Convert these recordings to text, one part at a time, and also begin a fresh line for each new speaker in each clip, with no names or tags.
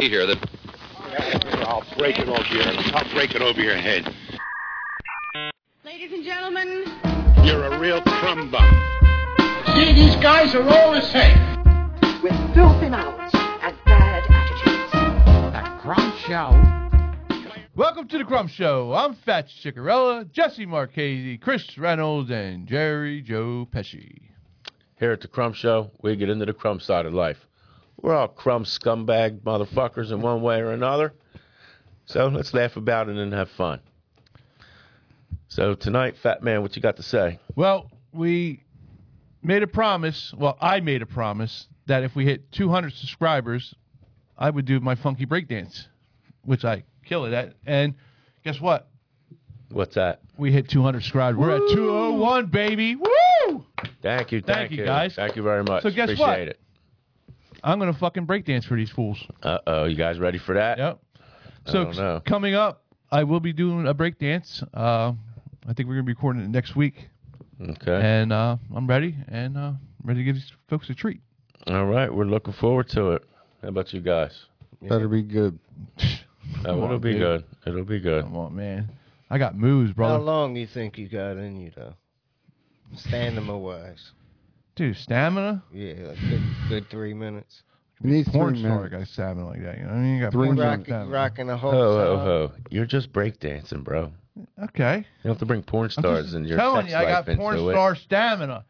here that
I'll break it over your. I'll break it over your head.
Ladies and gentlemen,
You're a real crumb bum.
See, these guys are all the same.
with filthy mouths and bad attitudes.
Welcome to the Crumb Show. I'm Fats Chicarella, Jesse Marchese, Chris Reynolds, and Jerry Joe Pesci.
Here at the Crumb Show, we get into the crumb side of life. We're all crumb scumbag motherfuckers in one way or another. So let's laugh about it and have fun. So tonight, Fat Man, what you got to say?
Well, we made a promise. Well, I made a promise that if we hit 200 subscribers, I would do my funky breakdance, which I kill it at. And guess what?
What's that?
We hit 200 subscribers. We're at 201, baby. Woo!
Thank you, thank,
Thank you, guys.
thank you very much.
So guess
Appreciate
what?
it.
I'm gonna fucking breakdance for these fools.
Uh oh, you guys ready for that?
Yep. So
don't know.
coming up, I will be doing a breakdance. Uh, I think we're gonna be recording it next week.
Okay.
and uh, I'm ready and uh, ready to give these folks a treat.
All right, we're looking forward to it. How about you guys?
Better be good.
Oh, it'll
on,
be
dude.
good. It'll be good.
Come on, man. I got moves,
How
brother.
long you think you got in you though? Stamina wise,
Dude, stamina.
yeah, like good, good three minutes.
It needs
Porn
three
star
minutes.
got stamina like that. You know what I mean? You got
Three
porn star
minutes.
Rock,
stamina.
rocking
Oh,
the whole.
Ho, ho,
song.
uh,
ho. Oh, You're just breakdancing, bro.
Okay.
You don't have to bring porn stars
Just
and your
telling
sex
you, I
life
got
into
porn
it.
star stamina.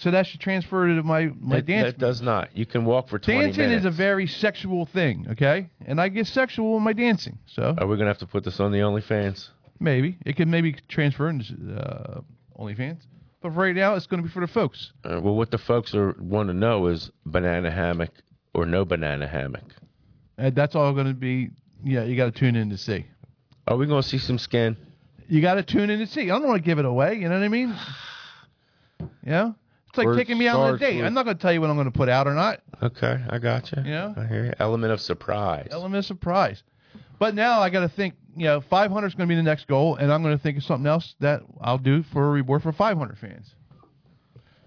So that should transfer to my my
That-
dance.
That does not. You can walk for 20
dancing
minutes.
is a very sexual thing, okay? And I get sexual in my dancing, so
Are we gonna have to put this on the OnlyFans?
maybe it could maybe transfer into uh, OnlyFans. But for right now, it's going to be for the folks.
Uh, well, what the folks are want to know is banana hammock or no banana hammock.
And that's all going to be. Yeah, you got to tune in to see.
Are we gonna see some skin?
You got to tune in and see. I don't want to give it away. You know what I mean? Yeah. It's like
Word
taking me out on a
starts
date.
with-
I'm not going to tell you what I'm going to put out or not.
Okay, I got you.
Yeah.
I hear you. Element of surprise.
Element of surprise. But now I got to think, you know, 500 is going to be the next goal, and I'm going to think of something else that I'll do for a reward for 500 fans.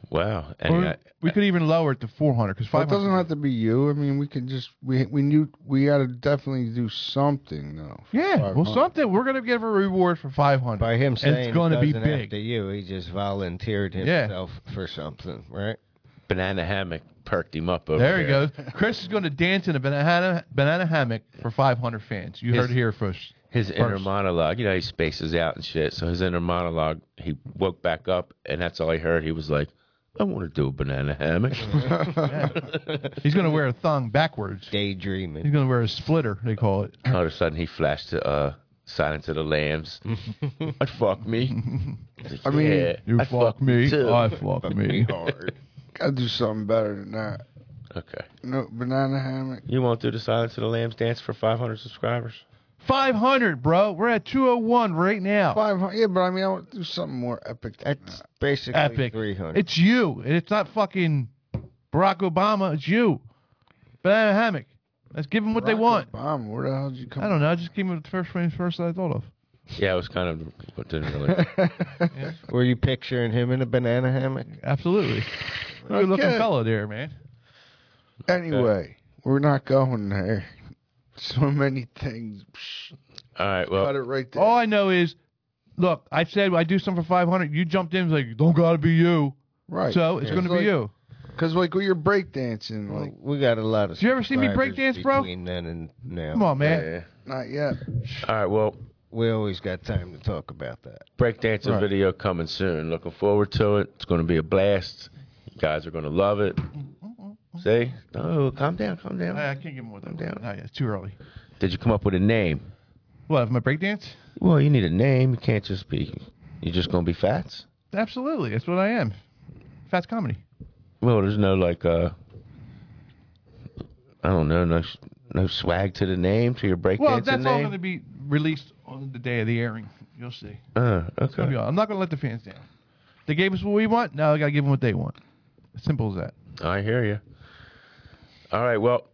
wow.
Or
And I,
we could even lower it to 400 because
But it
500.
doesn't have to be you. I mean, we could just we we knew we got to definitely do something though. for
yeah,
five
well,
months.
something. We're going to give a reward for 500.
By him
And
saying
it's going to be
doesn't have
big.
to you, he just volunteered
Yeah.
himself for something, right?
banana hammock perked him up over
There
there.
he goes. Chris is going to dance in a banana, banana hammock for 500 fans. You
Yes.
heard it here first.
His inner
First.
monologue, you know, he spaces out and shit. So his inner monologue, he woke back up, and that's all he heard. He was like, "I want to do a banana hammock."
He's going to wear a thong backwards. He's
Daydreaming.
going to wear a splitter, they call it.
All of a sudden, he flashed to uh, Silence of the Lambs. I'd fuck me.
I mean,
You
I'd
fuck, me.
too.
I fuck me.
Gotta do something better than that.
okay.
No banana hammock.
You won't do the Silence of the Lambs dance for 500 subscribers?
500, bro. We're at 201 right now.
Five hundred. Yeah, but I mean, I want to do something more epic. than
That's
that.
basically
Epic.
three hundred.
It's you. And it's not fucking Barack Obama. It's you. Banana hammock. Let's give them what they
Barack
want.
Obama, where the hell did you come?
I don't know. I just came up with the first frame first that I thought of.
Yeah, it was kind of. What didn't really.
Were you picturing him in a banana hammock?
Absolutely. Good looking
Okay.
fellow there, man.
Anyway, we're not going there. So many things. Psh,
All right,
Oh.
cut it
well,
right there.
All I know is, look, I said I do something for 500. You jumped in and was like, don't got to be you.
right.
So it's going to be
like,
you.
Because like with your breakdancing, like
We got a lot of.
You ever see me
subscribers
breakdance, bro?
Between then and now,
Come on, man.
yeah.
not yet.
all right, well,
we always got time to talk about that.
breakdancing
Right.
video coming soon. Looking forward to it. It's going to be a blast. You guys are going to love it. See? No, calm down, calm
I,
down.
I can't give him one.
down.
No, Oh, yeah, it's too early.
Did you come up with a name?
What, of my breakdance?
Well, you need a name. You can't just be. You're just gonna be Fats.
Absolutely. That's what I am. Fast comedy.
Well, there's no like. uh I don't know. No, no swag to the name to your breakdancing
Well, that's all
name.
going to be released on the day of the airing. You'll see.
uh,
It'll be
okay.
all- I'm not going to let the fans down. They gave us what we want. Now I got to give them what they want. Simple as that.
I hear you. All right. Well,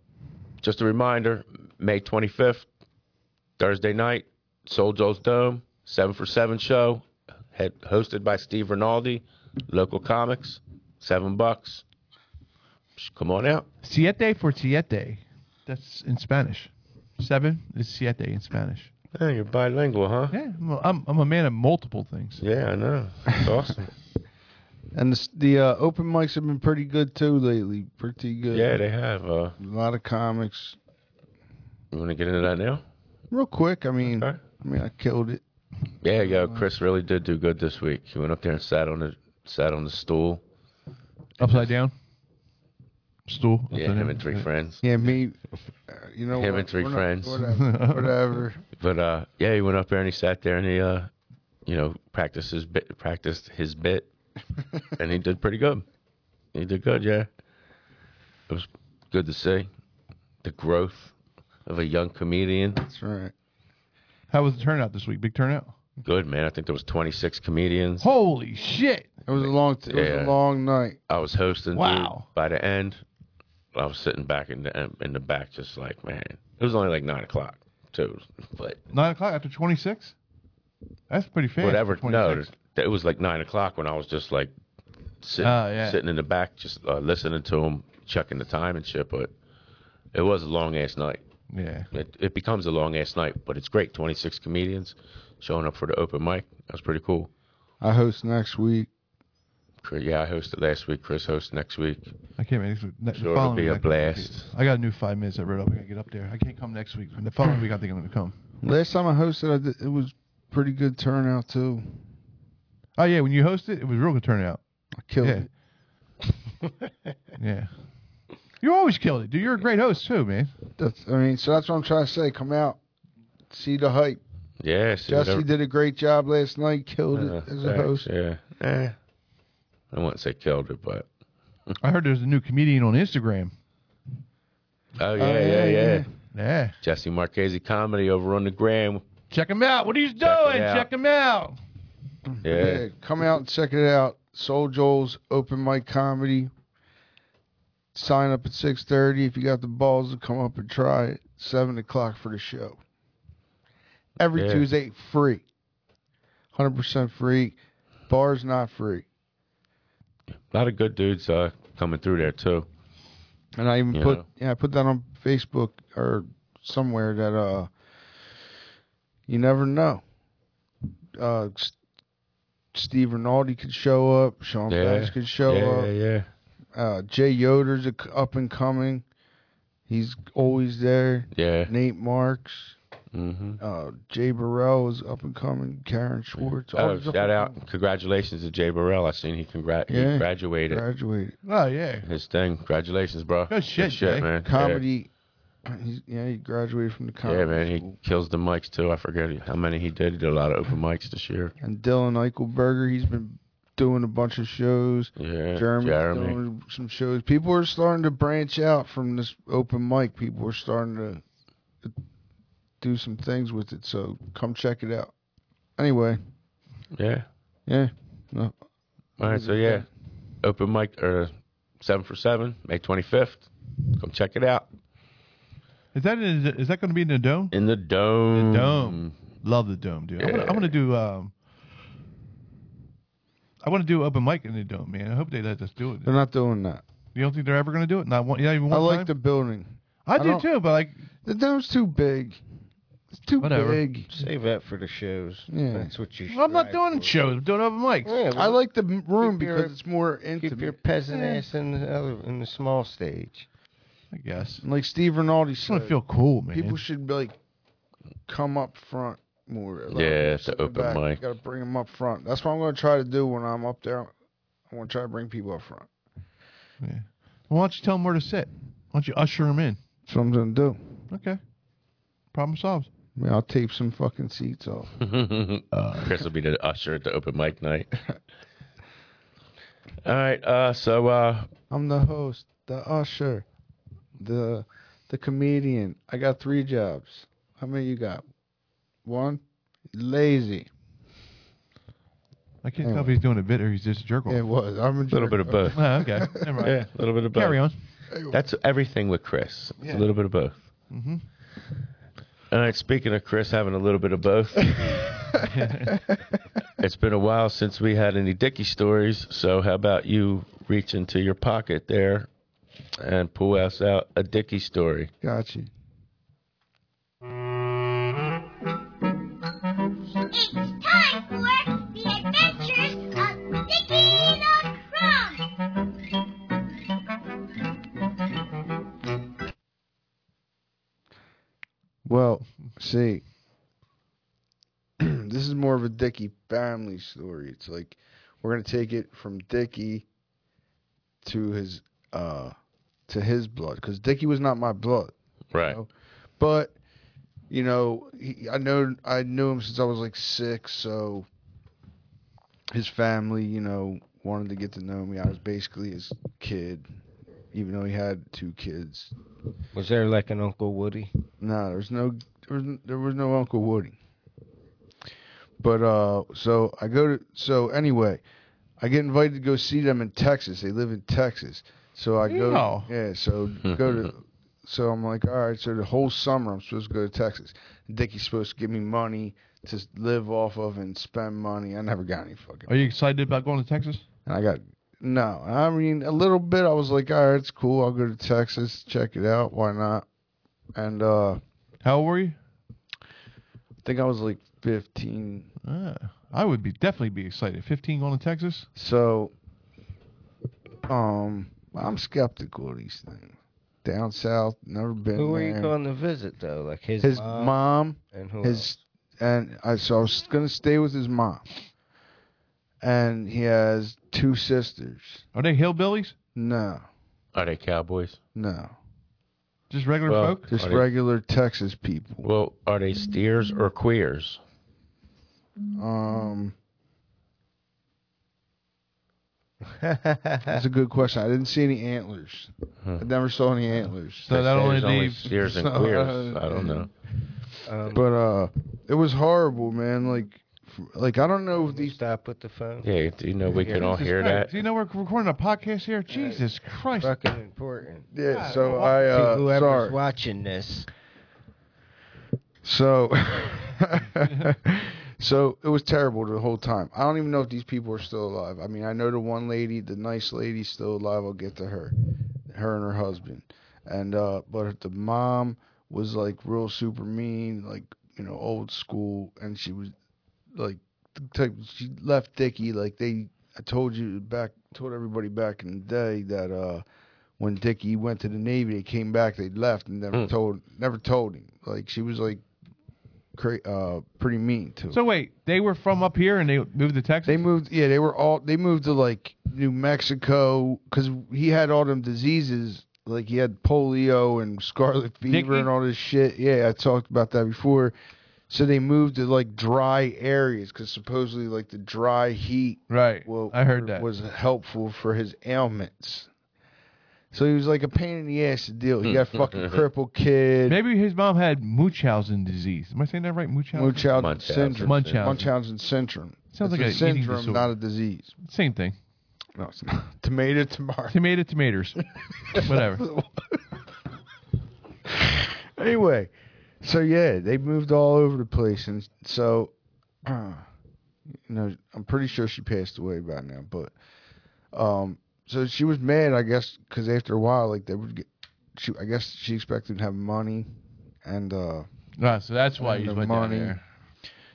just a reminder: May 25th, Thursday night, Soul Joe's Dome, seven for seven show, head, hosted by Steve Rinaldi, local comics, seven bucks. Just Come on out.
Siete for siete. That's in Spanish. Seven is siete in Spanish.
Yeah, you're bilingual, huh?
Yeah, I'm a- I'm, I'm a man of multiple things.
Yeah, I know. It's awesome.
And the, s- the uh, open mics have been pretty good too lately. Pretty good.
Yeah, they have. Uh,
A lot of comics.
you want to get into that now?
Real quick, I mean,
Okay.
I mean, I killed it.
Yeah, yo, Chris really did do good this week. He went up there and sat on the sat on the stool.
Upside down. Stool. Upside
Yeah, him
down.
and three friends.
Yeah, me. Uh, you know,
Him
what,
and three
we're not-
friends.
Whatever. whatever.
But uh, yeah, he went up there and he sat there and he, uh, you know, practiced his bit, practiced his bit, and he did pretty good. He did good, yeah. It was good to see the growth of a young comedian.
That's right.
How was the turnout this week? Big turnout.
Good man. I think there was 26 comedians.
Holy shit!
It was a long. T- it was
Yeah.
a long night.
I was hosting. dude.
Wow.
By the end, I was sitting back in the in the back, just like man. It was only like nine o'clock too, but
Nine o'clock after twenty six. That's pretty fast.
whatever.
for
No,
26.
it was like nine o'clock when I was just like sitting,
Oh, yeah.
sitting in the back, just uh, listening to him, checking the time and shit. But it was a long ass night.
Yeah.
It, it becomes a long ass night, but it's great. Twenty six comedians showing up for the open mic. That was pretty cool.
I host next week.
Chris- Yeah, I hosted last week. Chris hosts next week.
I can't make it. Next,
Sure, it'll be a blast.
I got a new five minutes. I wrote up. I gotta get up there. I can't come next week. The following week, I think I'm gonna come.
Last time I hosted, I did, it was pretty good turnout too.
Oh yeah, when you host it, it was real good turnout.
I killed
Yeah.
it.
Yeah. You always killed it, dude. You're a great host too, man.
That's, I mean, so that's what I'm trying to say. Come out, see the hype.
Yeah, see,
Jesse
whatever-
did a great job last night. Killed
Uh,
it as a
thanks,
host.
Yeah. Eh. I wouldn't say killed it, but
I heard there's a new comedian on Instagram.
oh yeah,
yeah,
yeah, yeah,
yeah.
Yeah.
Jesse Marchese comedy over on the gram.
Check him out. What he's doing.
it out.
Check him out.
Yeah.
Yeah, come out and check it out. Soul Joel's open mic comedy. Sign up at six thirty if you got the balls to come up and try it. Seven o'clock for the show. Every
Yeah.
Tuesday, free, hundred percent free. Bars not free,
A lot of good dudes uh, coming through there too.
and I even
Yeah.
put yeah I put that on Facebook or somewhere that uh you never know. Uh, S- Steve Rinaldi could show up. Sean
Yeah.
Bass could show
yeah,
up.
yeah, yeah.
Uh, Jay Yoder's a c up and coming. He's always there.
Yeah.
Nate Marks,
Mm-hmm.
uh, Jay Burrell is up and coming. Karen Schwartz. all
Oh,
these up
shout
and
out! Congratulations to Jay Burrell. I seen he congrat
Yeah.
he graduated
Graduated
Oh yeah.
his thing. Congratulations, bro.
Good shit, Jay.
man. Yeah.
comedy. He's, yeah, he graduated from the
Yeah.
comedy.
man. He
school.
kills the mics too. I forget how many he did. He did a lot of open mics this year.
And Dylan Eichelberger, he's been doing a bunch of shows.
Yeah,
Jeremy's
Jeremy.
doing some shows. People are starting to branch out from this open mic. People are starting to do some things with it. So come check it out. Anyway,
Yeah.
yeah. No,
All right, so yeah, open mic or seven for seven, May twenty fifth. Come check it out
Is that in, is that going to be in the dome?
in the dome.
The dome. Love the dome, dude. I wanna- I want to do. Um, I want to do open mic in the dome, man. I hope they let us do it.
they're not doing that.
You don't think they're ever going to do it? Not one. Not even one
I like
time?
the building.
I
I
do
don't-
too, but like,
The dome's too big. It's too
Whatever.
big.
Save that for the shows.
Yeah.
That's what you.
I'm not
strive
doing
for.
shows. I'm doing open mics.
Yeah,
I
well,
like the m- room
Keep your-
because it's more
keep your
intimate.
peasant ass in the other, in the small stage.
I guess. I
Like Steve Rinaldi
just want
said,
to feel cool, man.
people should like come up front more. Like,
Yeah, it's
sit
the
in the
open
back.
mic.
You gotta bring them up front. That's what I'm gonna try to do when I'm up there. I want to try to bring people up front.
Yeah. Why don't you tell them where to sit? Why don't you usher them in?
That's what I'm gonna do.
Okay. Problem solved.
I mean, I'll tape some fucking seats off.
Chris will be the usher at the open mic night. All right, uh, so uh,
I'm the host, the usher, the the comedian. I got three jobs. How many you got? One. Lazy.
I can't tell if he's doing a bit or he's just a jerk off.
It was. I'm
a
a
little bit of both.
Oh, okay. Never mind.
Yeah, a little bit of both.
Carry on.
That's everything with Chris. It's a little bit of both. All right, speaking of Chris having a little bit of both,
Mm-hmm.
it's been a while since we had any Dicky stories. So, how about you reach into your pocket there and pull us out a Dicky story?
Got you. Well, see, this is more of a Dickie family story. It's like we're gonna take it from Dickie to his uh to his blood because Dickie was not my blood,
Right.
but you know he, I know I knew him since I was like six, so his family, you know, wanted to get to know me. I was basically his kid, even though he had two kids.
Was there like an Uncle Woody?
No, there was no there was, there was no Uncle Woody. But uh so I go to so anyway, I get invited to go see them in Texas. They live in Texas. So I go
No.
Yeah, so go to so I'm like, all right, so the whole summer I'm supposed to go to Texas. Dickie's supposed to give me money to live off of and spend money. I never got any fucking
Are you excited about going to Texas?
and I got no. I mean, a little bit. I was like, all right, it's cool. I'll go to Texas, check it out. Why not? And uh, I
How old were you?
think I was like 15.
Ah, I would be definitely be excited. Fifteen going to Texas?
So, um, I'm skeptical of these things. Down south, never been
Who were
there.
you going to visit though? Like his,
His
mom,
mom
and who
his
else?
and I so I was gonna stay with his mom, and he has two sisters.
Are they hillbillies?
No,
Are they cowboys?
no,
Just regular
Well,
folk?
just
Are they-
regular Texas people.
Well, are they steers or queers?
Um, that's a good question. I didn't see any antlers. I never saw any antlers.
So
They
that
say
only
there's
leaves.
steers and
so,
queers.
uh,
I don't know.
Um,
But uh, it was horrible, man. Like, f- like I don't know if
you
these.
stop with the phone.
Yeah, you know we can all
Jesus
hear
Christ.
that.
Do you know we're recording a podcast here? Jesus Christ.
Fucking important.
Yeah. So I uh,
to whoever's
sorry.
watching this.
So, so it was terrible the whole time. I don't even know if these people are still alive. I mean, I know the one lady, the nice lady, still alive. I'll get to her, her and her husband, and uh, but the mom was like real super mean, like you know old school, and she was like the type she left Dickie like they. I told you back, told everybody back in the day that uh, when Dickie went to the Navy, they came back, they left, and never
Hmm.
told, never told him. Like she was like cra- uh, pretty mean to.
So wait, they were from up here and they moved to Texas?
they moved, yeah, they were all they moved to like New Mexico because he had all them diseases, like he had polio and scarlet fever
Dickie?
and all this shit. Yeah, I talked about that before. So they moved to like dry areas because supposedly like the dry heat
right.
well,
I heard that.
was helpful for his ailments. So he was like a pain in the ass to deal. He got fucking crippled kid,
Maybe his mom had Munchausen disease. Am I saying that right? Munchausen?
Munchausen,
Munchausen.
syndrome.
Munchausen.
Munchausen syndrome.
Sounds like
It's
a
a
eating
syndrome,
disorder.
not a disease.
Same thing.
No, it's not. Tomato, tomato.
Tomato, tomatoes. Whatever.
anyway, so yeah, they moved all over the place, and so uh, you know, I'm pretty sure she passed away by now. But um, so she was mad, I guess, because after a while, like they would get, she, I guess she expected to have money, and uh,
Ah, so that's why
And
you
the
went down
money.
there.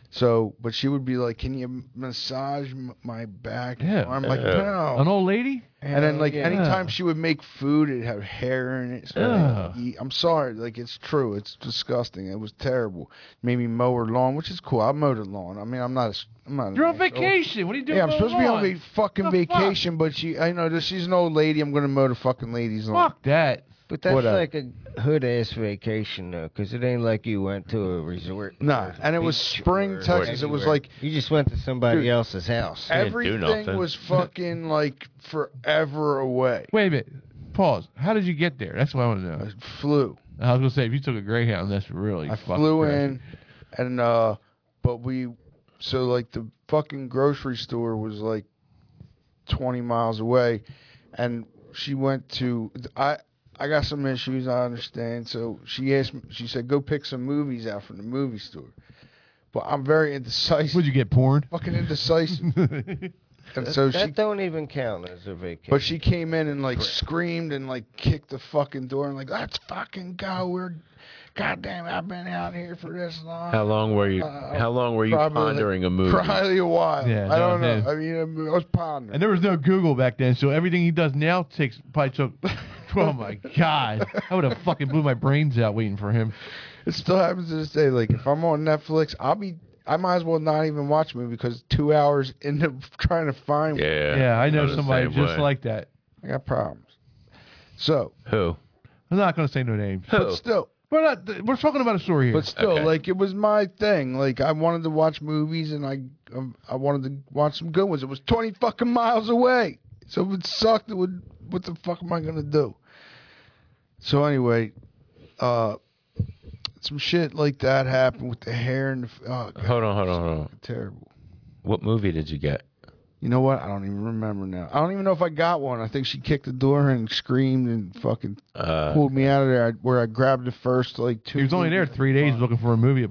so, but she would be like, "Can you massage m- my back?"
Yeah.
I'm like,
Ew.
"No."
An old lady?
And then, like,
Yeah.
anytime she would make food, it had hair in it. So
Ugh.
I'd eat- I'm sorry, like, it's true. It's disgusting. It was terrible. Made me mow her lawn, which is cool. I mowed her lawn. I mean, I'm not. A, I'm not. an
You're on
asshole.
vacation. What are you doing?
Yeah, I'm supposed to be on
going
va- fucking
The fuck?
vacation, but she, I know this. She's an old lady. I'm gonna mow the fucking lady's lawn.
Fuck that.
But that's
Whatever.
like a hood ass vacation though, because it ain't like you went to a resort.
Nah,
or
and it was
beach
spring,
or
Texas. It was
anywhere.
like-
you just went to somebody
Dude.
else's house.
didn't do
Everything
nothing.
was fucking like forever away.
Wait a minute. Pause. How did you get there? That's what I want to know.
I flew.
I was going to say, if you took a Greyhound, that's really
I
fucking
flew
crazy.
in, and uh, but we, so like the fucking grocery store was like twenty miles away, and she went to I. I got some issues, I understand. So she asked me, she said, go pick some movies out from the movie store. But I'm very indecisive.
Would you get porn?
fucking indecisive. and so
that
she,
don't even count as a vacation.
but she came in and like screamed and like kicked the fucking door and like, let's fucking go. We're, goddamn, I've been out here for this long.
How long were you?
Uh,
How long were you
probably-
pondering a movie?
Probably a while.
Yeah,
I don't
no,
know. I mean, I was pondering.
And there was no Google back then, so everything he does now takes probably took Oh my god, I would have fucking blew my brains out waiting for him.
It still happens to this day. Like if I'm on Netflix, I'll be. I might as well not even watch a movie because two hours into trying to find.
Yeah.
Yeah, I know
I'm the
somebody
same
just
way.
like that.
I got problems. So,
who?
I'm not going to say no names.
Oh.
but still,
We're not. th- We're talking about a story here.
But still,
Okay.
like it was my thing. Like I wanted to watch movies, and I um, I wanted to watch some good ones. It was twenty fucking miles away, so if it sucked. It would. What the fuck am I gonna do? So anyway, uh, some shit like that happened with the hair and the. f- Oh,
Uh.
God,
Hold on, hold on, hold on.
terrible.
What movie did you get?
You know what? I don't even remember now. I don't even know if I got one. I think she kicked the door and screamed and fucking
Uh,
pulled me out of there. I, where I grabbed the first like two.
he was only there
movies.
three days looking for a movie at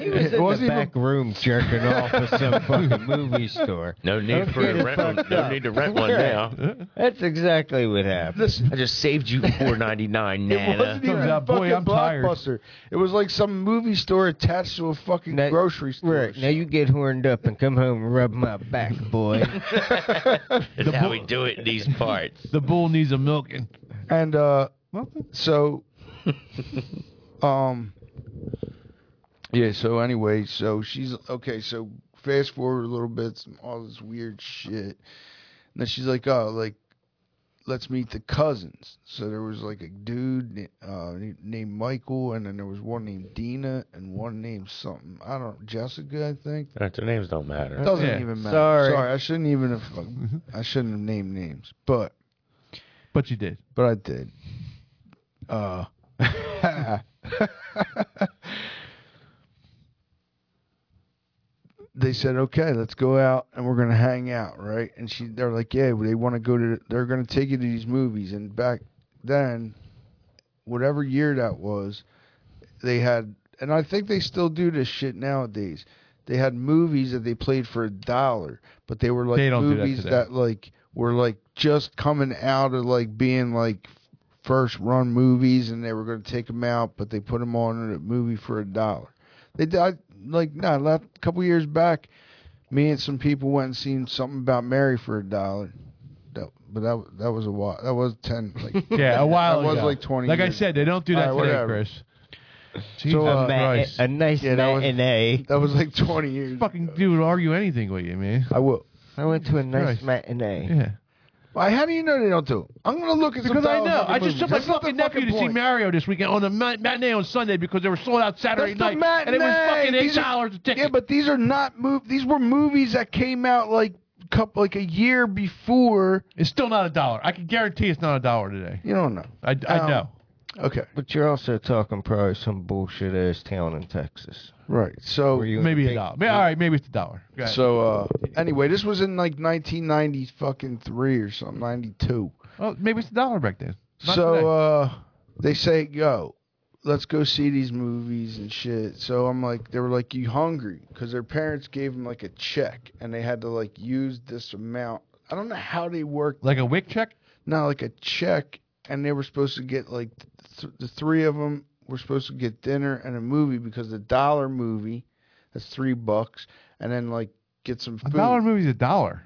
He was
It
in
wasn't
the
even-
back room jerking off at some fucking movie store.
no need
Don't
for
get
a
it
rent.
fucked
no
up.
need to rent one now.
That's exactly what happened.
I just saved you four ninety nine,
It
uh,
wasn't
Nana.
even
Comes out,
fucking
"Boy, I'm tired."
blockbuster. It was like some movie store attached to a fucking
Now-
grocery store.
Right now, you get horned up and come home and rub my back, boy.
That's how we do it in these parts.
the bull needs a milking.
And uh, so,
Uh,
um, yeah. So anyway, so she's okay. So fast forward a little bit, some, all this weird shit. And then she's like, "Oh, like, let's meet the cousins." So there was like a dude na- uh, named Michael, and then there was one named Dina, and one named something I don't Jessica, I think.
All right, their names don't matter.
Doesn't
Yeah.
even matter.
Sorry.
I shouldn't even have. I shouldn't have named names, but
But you did.
but I did. Uh, they said, "Okay, let's go out and we're gonna hang out, right?" And she, they're like, "Yeah, they want to go to. They're gonna take you to these movies." And back then, whatever year that was, they had, and I think they still do this shit nowadays. They had movies that they played for a dollar, but they were like
They don't do that
movies
today.
that like were like just coming out of like being like first run movies, and they were going to take them out, but they put them on a movie for a dollar. They did I- like no, nah, a couple years back, me and some people went and seen something about Mary for a dollar. That, but that that was a while. That was ten. Like,
Yeah, a while
That was
ago.
like 20
Like I
years.
said, they don't do that
All right,
today,
whatever.
Chris. Jesus
uh,
a, ma-
Christ.
a nice
Yeah, that was-
matinee.
that was like twenty years.
fucking dude would argue anything with you, man.
I will.
I went to a nice
Christ.
matinee.
Yeah.
Why? How do you know they don't do? it? I'm gonna look at some
Because I
dollar
know.
fucking
I just took my
movies. That's
fucking
not the
nephew to see
point.
Mario this weekend on the mat- matinee on Sunday because they were sold out Saturday
That's the
night. And it was
matinee.
fucking eight
These are-
dollars a ticket.
Yeah, but these are not move. These were movies that came out like couple like a year before.
it's still not a dollar. I can guarantee it's not a dollar today.
You don't know.
I, I
Um,
know.
Okay,
But you're also talking probably some bullshit ass town in Texas.
right. So
Where you in
Maybe
the
a
big-
dollar. May- All right, maybe it's a dollar. Go ahead.
so uh anyway, this was in like 1990 fucking three or something, 92.
well, maybe it's a dollar back then. Not today.
so uh they say go let's go see these movies and shit so i'm like they were like you hungry because their parents gave them like a check and they had to like use this amount i don't know how they worked
like a wick check.
now like a check and they were supposed to get like th- the three of them were supposed to get dinner and a movie because the dollar movie that's three bucks and then like get some
A
food
dollar movie's a dollar.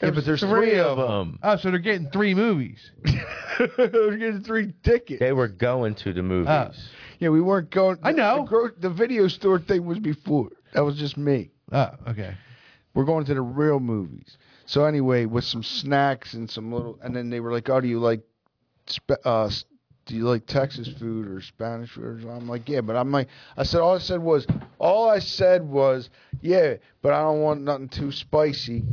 yeah, but there's three, of them
them.
Oh, so they're getting three movies.
we're getting three tickets
They were going to the movies.
Oh.
Yeah, we weren't going.
I know.
The, gro- the video store thing was before. That was just me.
Oh, okay.
We're going to the real movies. So anyway, with some snacks and some little, and then they were like, "Oh, do you like, sp- uh, s- do you like Texas food or Spanish food?" or something? I'm like, "Yeah," but I'm like, I said all I said was, all I said was, "Yeah," but I don't want nothing too spicy.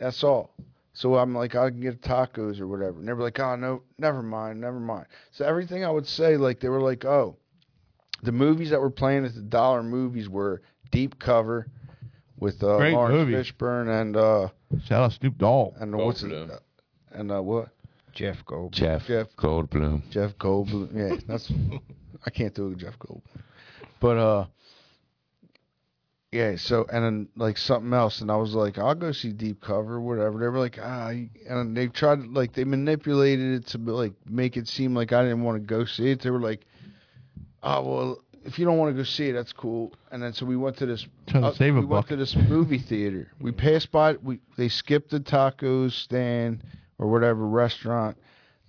That's all. So I'm like, I can get tacos or whatever. And they were like, "Oh no, never mind, never mind." So everything I would say, like they were like, "Oh." the movies that were playing at the dollar movies were Deep Cover with uh,
Great
Lawrence
movie.
Fishburne and uh,
Shout out Snoop Dogg.
and what's his,
Goldblum.
and uh, what
Jeff Goldblum.
Jeff,
Jeff.
Goldblum.
Jeff Goldblum. Yeah, that's I can't do it with Jeff Goldblum, but uh, yeah. So and then like something else, and I was like, I'll go see Deep Cover, whatever. They were like, ah, you- and they tried like they manipulated it to like make it seem like I didn't want to go see it. They were like, ah, well. If you don't want to go see it, that's cool. And then so we went to this
Trying to
uh,
save a
we went
buck.
to this movie theater. We passed by. We they skipped the tacos stand or whatever restaurant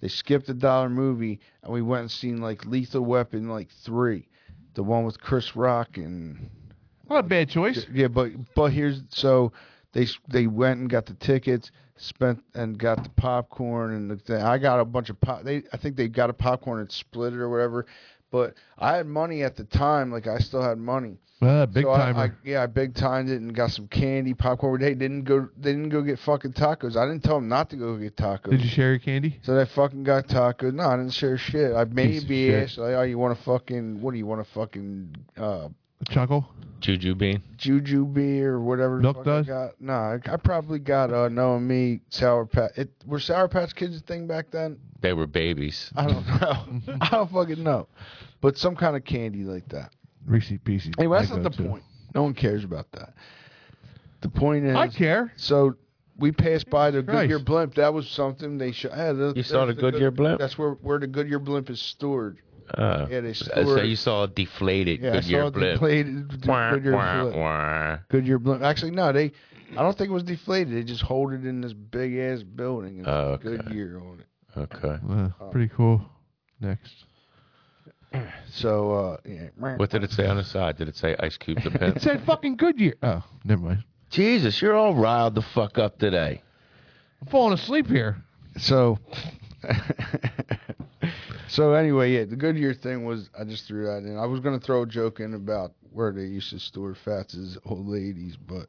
They skipped a dollar movie, and we went and seen like Lethal Weapon like three, the one with Chris Rock and
Not a bad choice.
yeah. But but here's so they s- they went and got the tickets, spent and got the popcorn and the thing. I got a bunch of pop. They I think they got a popcorn and split it or whatever. But I had money at the time, like I still had money.
Ah, big
So I-
timer.
I, yeah, I big timed it and got some candy, popcorn. They didn't go. They didn't go get fucking tacos. I didn't tell them not to go get tacos.
Did you share your candy?
so they fucking got tacos. No, I didn't share shit. I
of
maybe
shit.
asked, like, oh, you want to fucking? What do you want to fucking? Uh,
Chuckle?
Juju Bean.
Juju beer or whatever. the
Milk
fuck
Duds?
I got. No, I, I probably got uh, knowing me sour patch. It, were sour patch kids a thing back then?
They were babies.
I don't know. I don't fucking know. But some kind of candy like that.
Reese Pieces.
Anyway, that's not the point. No one cares about that. The point is,
I care.
so we passed by the
Christ.
Goodyear blimp. That was something they should. Hey, that-
You saw
that's
the Goodyear blimp?
That's where where the Goodyear blimp is stored.
Uh,
Yeah, they
so
store-
you saw a deflated
Yeah, I
Goodyear
saw they
blimp.
played it-
Wah,
Goodyear
wah,
blimp.
wah.
Goodyear blimp. Actually, no, they. I don't think it was deflated. They just hold it in this big ass building and
Oh,
put Goodyear on it.
Okay.
Uh, pretty cool. Next.
So uh, yeah.
What did it say on the side? Did it say ice cubes a
It
pimp?
said fucking Goodyear. Oh, never mind.
Jesus, you're all riled the fuck up today.
I'm falling asleep here.
So. so anyway, yeah, the Goodyear thing was. I just threw that in. I was gonna throw a joke in about where they used to store fats as old ladies, but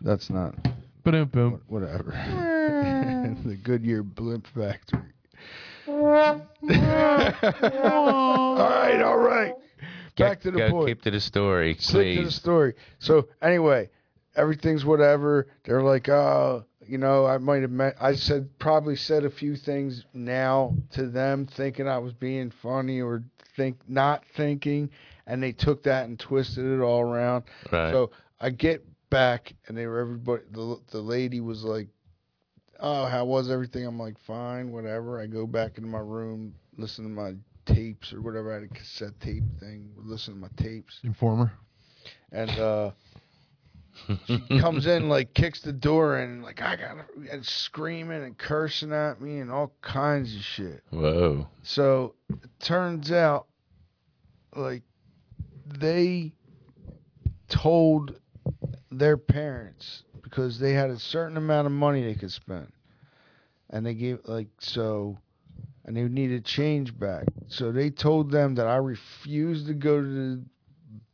that's not
Boom, boom.
whatever. the Goodyear blimp factory. all right, all right. Back to the
Go
point.
Keep to the story,
Stick to the
please.
story. So anyway, everything's whatever. They're like, oh, you know, I might have met. I said probably said a few things now to them, thinking I was being funny or think not thinking, and they took that and twisted it all around.
Right.
So I get back, and they were everybody. The, the lady was like, "Oh, how was everything?" I'm like, "Fine, whatever." I go back into my room, listen to my tapes or whatever. I had a cassette tape thing. Listen to my tapes
Informer.
and uh she comes in like kicks the door in like I got and screaming and cursing at me and all kinds of shit.
Whoa.
So it turns out like they told their parents because they had a certain amount of money they could spend. And they gave like so and they needed change back. So they told them that I refused to go to the,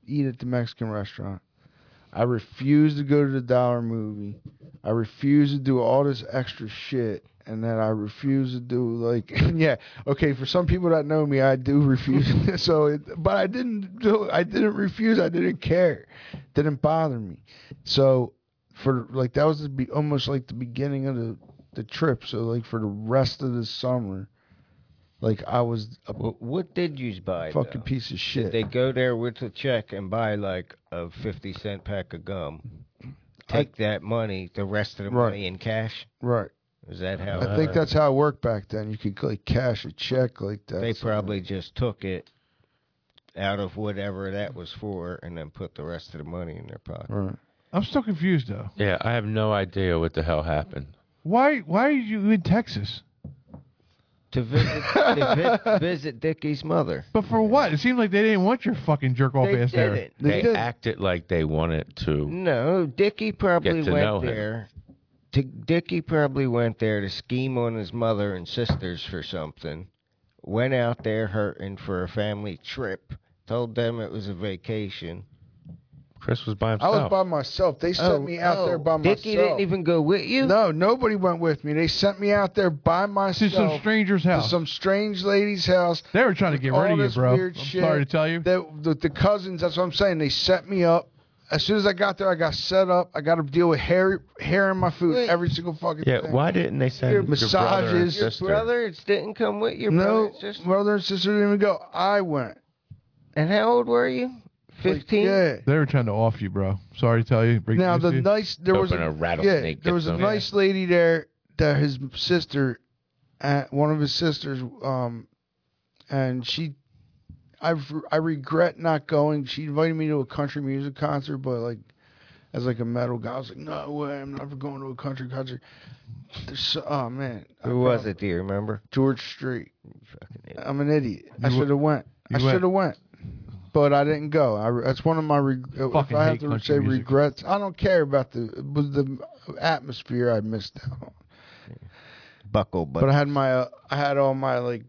eat at the Mexican restaurant. I refused to go to the dollar movie. I refused to do all this extra shit and that I refuse to do like yeah okay for some people that know me I do refuse so it, but I didn't do I didn't refuse I didn't care didn't bother me so for like that was the be, almost like the beginning of the the trip so like for the rest of the summer like I was a
Wh- What did you buy? though?
fucking piece of shit
They go there with a check and buy like a fifty cent pack of gum.
I-
Take that money, the rest of the
Right.
money in cash.
right
Is that how?
I think that's how it worked back then you could like cash a check like that
they probably just took it out of whatever that was for, and then put the rest of the money in their pocket.
right
I'm still confused though.
Yeah, I have no idea what the hell happened.
Why? Why are you in Texas?
To visit, to vi- visit Dickie's mother.
But for what? It seemed like they didn't want your fucking jerk off
They
ass
didn't.
there.
They
They
did.
acted like they wanted to.
No, Dickie probably
Get to know
went
him.
there. To Dickie probably went there to scheme on his mother and sisters for something. Went out there hurting for a family trip. Told them it was a vacation.
Chris was by
I
himself.
was by myself. They sent me out there by myself.
Oh, Dickie didn't even go with you.
No, nobody went with me. They sent me out there by
To
myself
some stranger's
to
house.
some strange lady's house.
they were trying to get
all
rid of you,
this
bro. I'm
weird shit.
sorry to tell you.
That the, the cousins. That's what I'm saying. They set me up. As soon as I got there, I got set up. I got to deal with hair, hair in my food
Wait.
every single fucking
yeah,
thing.
why didn't they send
Your
your brother and
massages.
your
sister?
brothers didn't come with your
No,
brothers. Just,
brother and sister didn't even go. I went.
and how old were you?
Like,
Fifteen.
yeah.
They were trying to off you, bro. Sorry to tell you. Break
Now
news
the
to you.
nice there was
Open
a,
a rattlesnake,
yeah,
get
there was a
some.
nice lady there that his sister, uh, one of his sisters, um, and she, I I regret not going. She invited me to a country music concert, but like as like a metal guy. I was like, no way, I'm never going to a country concert. There's So, oh man, I
Who was
probably-
it? Do you remember?
George Street.
Fucking idiot.
I'm an idiot. I
You
should have went. I
you
should have went, but I didn't go. I, re- that's one of my. Reg- if
Fucking
I
hate
have to
country
say
music.
regrets, I don't care about the was the atmosphere I missed out on.
Buckle,
But I
but
had my uh, I had all my like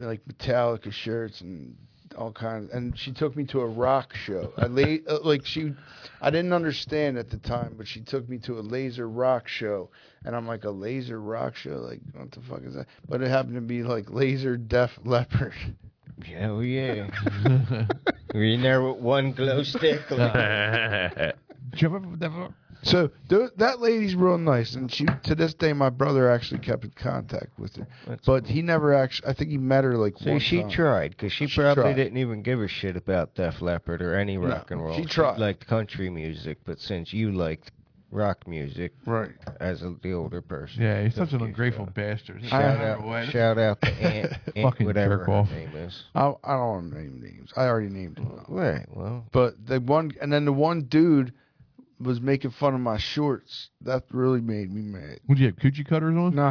like Metallica shirts and all kinds. And she took me to a rock show. I la- uh, like she I didn't understand at the time, but she took me to a laser rock show. And I'm like a laser rock show, like what the fuck is that? But it happened to be like laser deaf leopard.
hell oh, yeah. Were you in there with one glow stick?
So th- that lady's real nice, and she to this day my brother actually kept in contact with her,
That's
but he never actually. I think he met her like
So
one
she
time.
tried because she,
She
probably
tried.
didn't even give a shit about Def Leppard or any rock and roll.
she tried.
liked country music, but since you liked rock music
right.
as a, the older person,
Yeah, he's
took
such an
you,
ungrateful
so.
bastard.
Shout out, shout out to Aunt, Aunt
Fucking
whatever
jerk
her
off.
name is.
I, I don't want to name names. I already named him.
Right. Well,
But the one, and then the one dude was making fun of my shorts. That really made me mad.
Would you have coochie cutters on?
No, I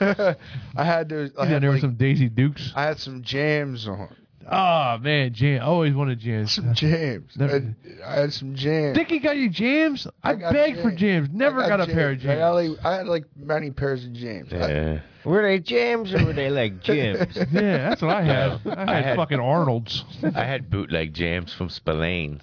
had, I had to. I
yeah,
had,
there were
like-
Hmm. some Daisy Dukes.
I had some jams on.
Oh man, jam! I always wanted jams.
Some jams.
Never-
I, I had some jams.
Dickie got you jams? I,
I got
begged for jams.
jams.
Never
I
got, a pair of
I,
jams.
got like, I had like many pairs of jams. I,
Yeah.
were they jams or were they like gyms?
yeah, that's what I had. I had,
I had-
fucking Arnold's.
I had bootleg jams from Spillane's.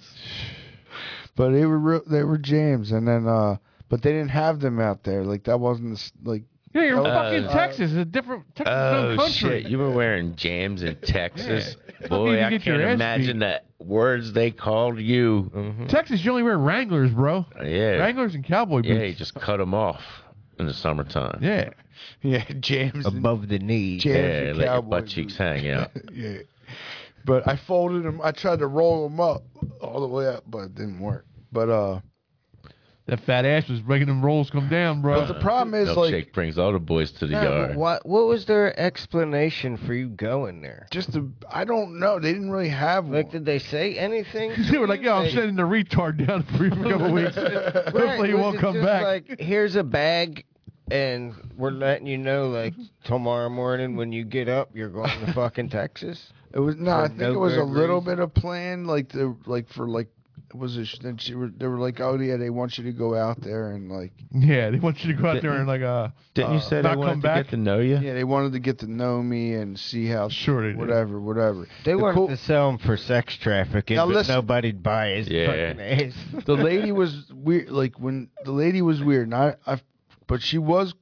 but they were real, they were jams, and then uh, but they didn't have them out there. Like that wasn't the s- like
Yeah, you're
Uh,
fucking Texas. It's a different Texas is its own
Oh
country.
shit! You were wearing jams in Texas.
Fucking
Boy,
you
I
get
can't
your ass
imagine the words they called you.
Mm-hmm.
Texas, you only wear Wranglers, bro.
Yeah,
Wranglers and cowboy
yeah. You
boots.
just cut them off in the summertime.
Yeah,
yeah jams. and-
Above the knee.
Jam-
Yeah,
Your
let your
cowboy
butt cheeks hang out.
yeah, but I folded them. I tried to roll them up all the way up, but it didn't work. But uh,
that fat ass was making them rolls come down, bro.
but the problem is
Milkshake
like
brings all the boys to the
Yeah,
yard.
but what what was their explanation for you going there?
just the I don't know. They didn't really have
Like,
one.
did they say anything?
they were like, "Yo, I'm
They-
sending the retard down for you for a couple weeks.
Right,
Hopefully, he
was
won't
it
come
just
back."
Like, here's a bag, and we're letting you know, like, tomorrow morning when you get up, you're going to fucking Texas.
It was no.
For
I think
no
it was a
good
little
reason.
bit of plan. Like the like for like was it? Then she were, they were like, oh yeah, they want you to go out there and like
yeah, they want you to go out there and like, uh,
Didn't you
uh,
say they
not
wanted
come
to
back?
get to know you?
yeah, they wanted to get to know me and see how
Sure they did.
whatever whatever.
They
The
wanted
cool-
to sell him for sex trafficking,
Now
but
listen-
nobody'd buy his
Yeah.
fucking ass.
the lady was weird. Like when the lady was weird, and I, I but she was,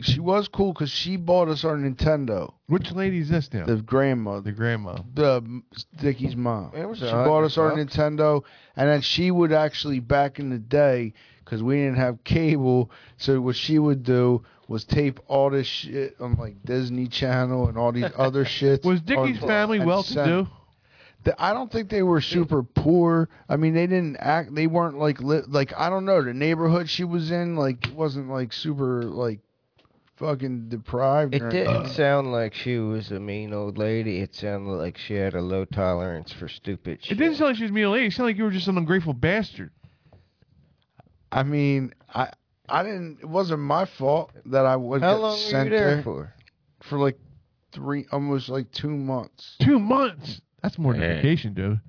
she was cool because she bought us our Nintendo.
Which lady is this now?
The
The,
grandma, the,
grandma.
the Dickie's mom.
It was
she
a
bought us our
hundred bucks.
Nintendo, and then she would actually back in the day because we didn't have cable. So what she would do was tape all this shit on like Disney Channel and all these other shits.
Was Dickie's
on-
family
and
well to
send-
do?
the- I don't think they were super poor. I mean, they didn't act. They weren't like li- like I don't know the neighborhood she was in. Like wasn't like super like fucking deprived.
It
or-
didn't sound like she was a mean old lady. It sounded like she had a low tolerance for stupid shit.
It didn't sound like she was middle aged. It sounded like you were just an ungrateful bastard.
I mean, I I didn't. It wasn't my fault that I was
How
got
long were
sent
you there
there
for?
for like three, almost like two months.
Two months. That's
mortification,
mortification, dude.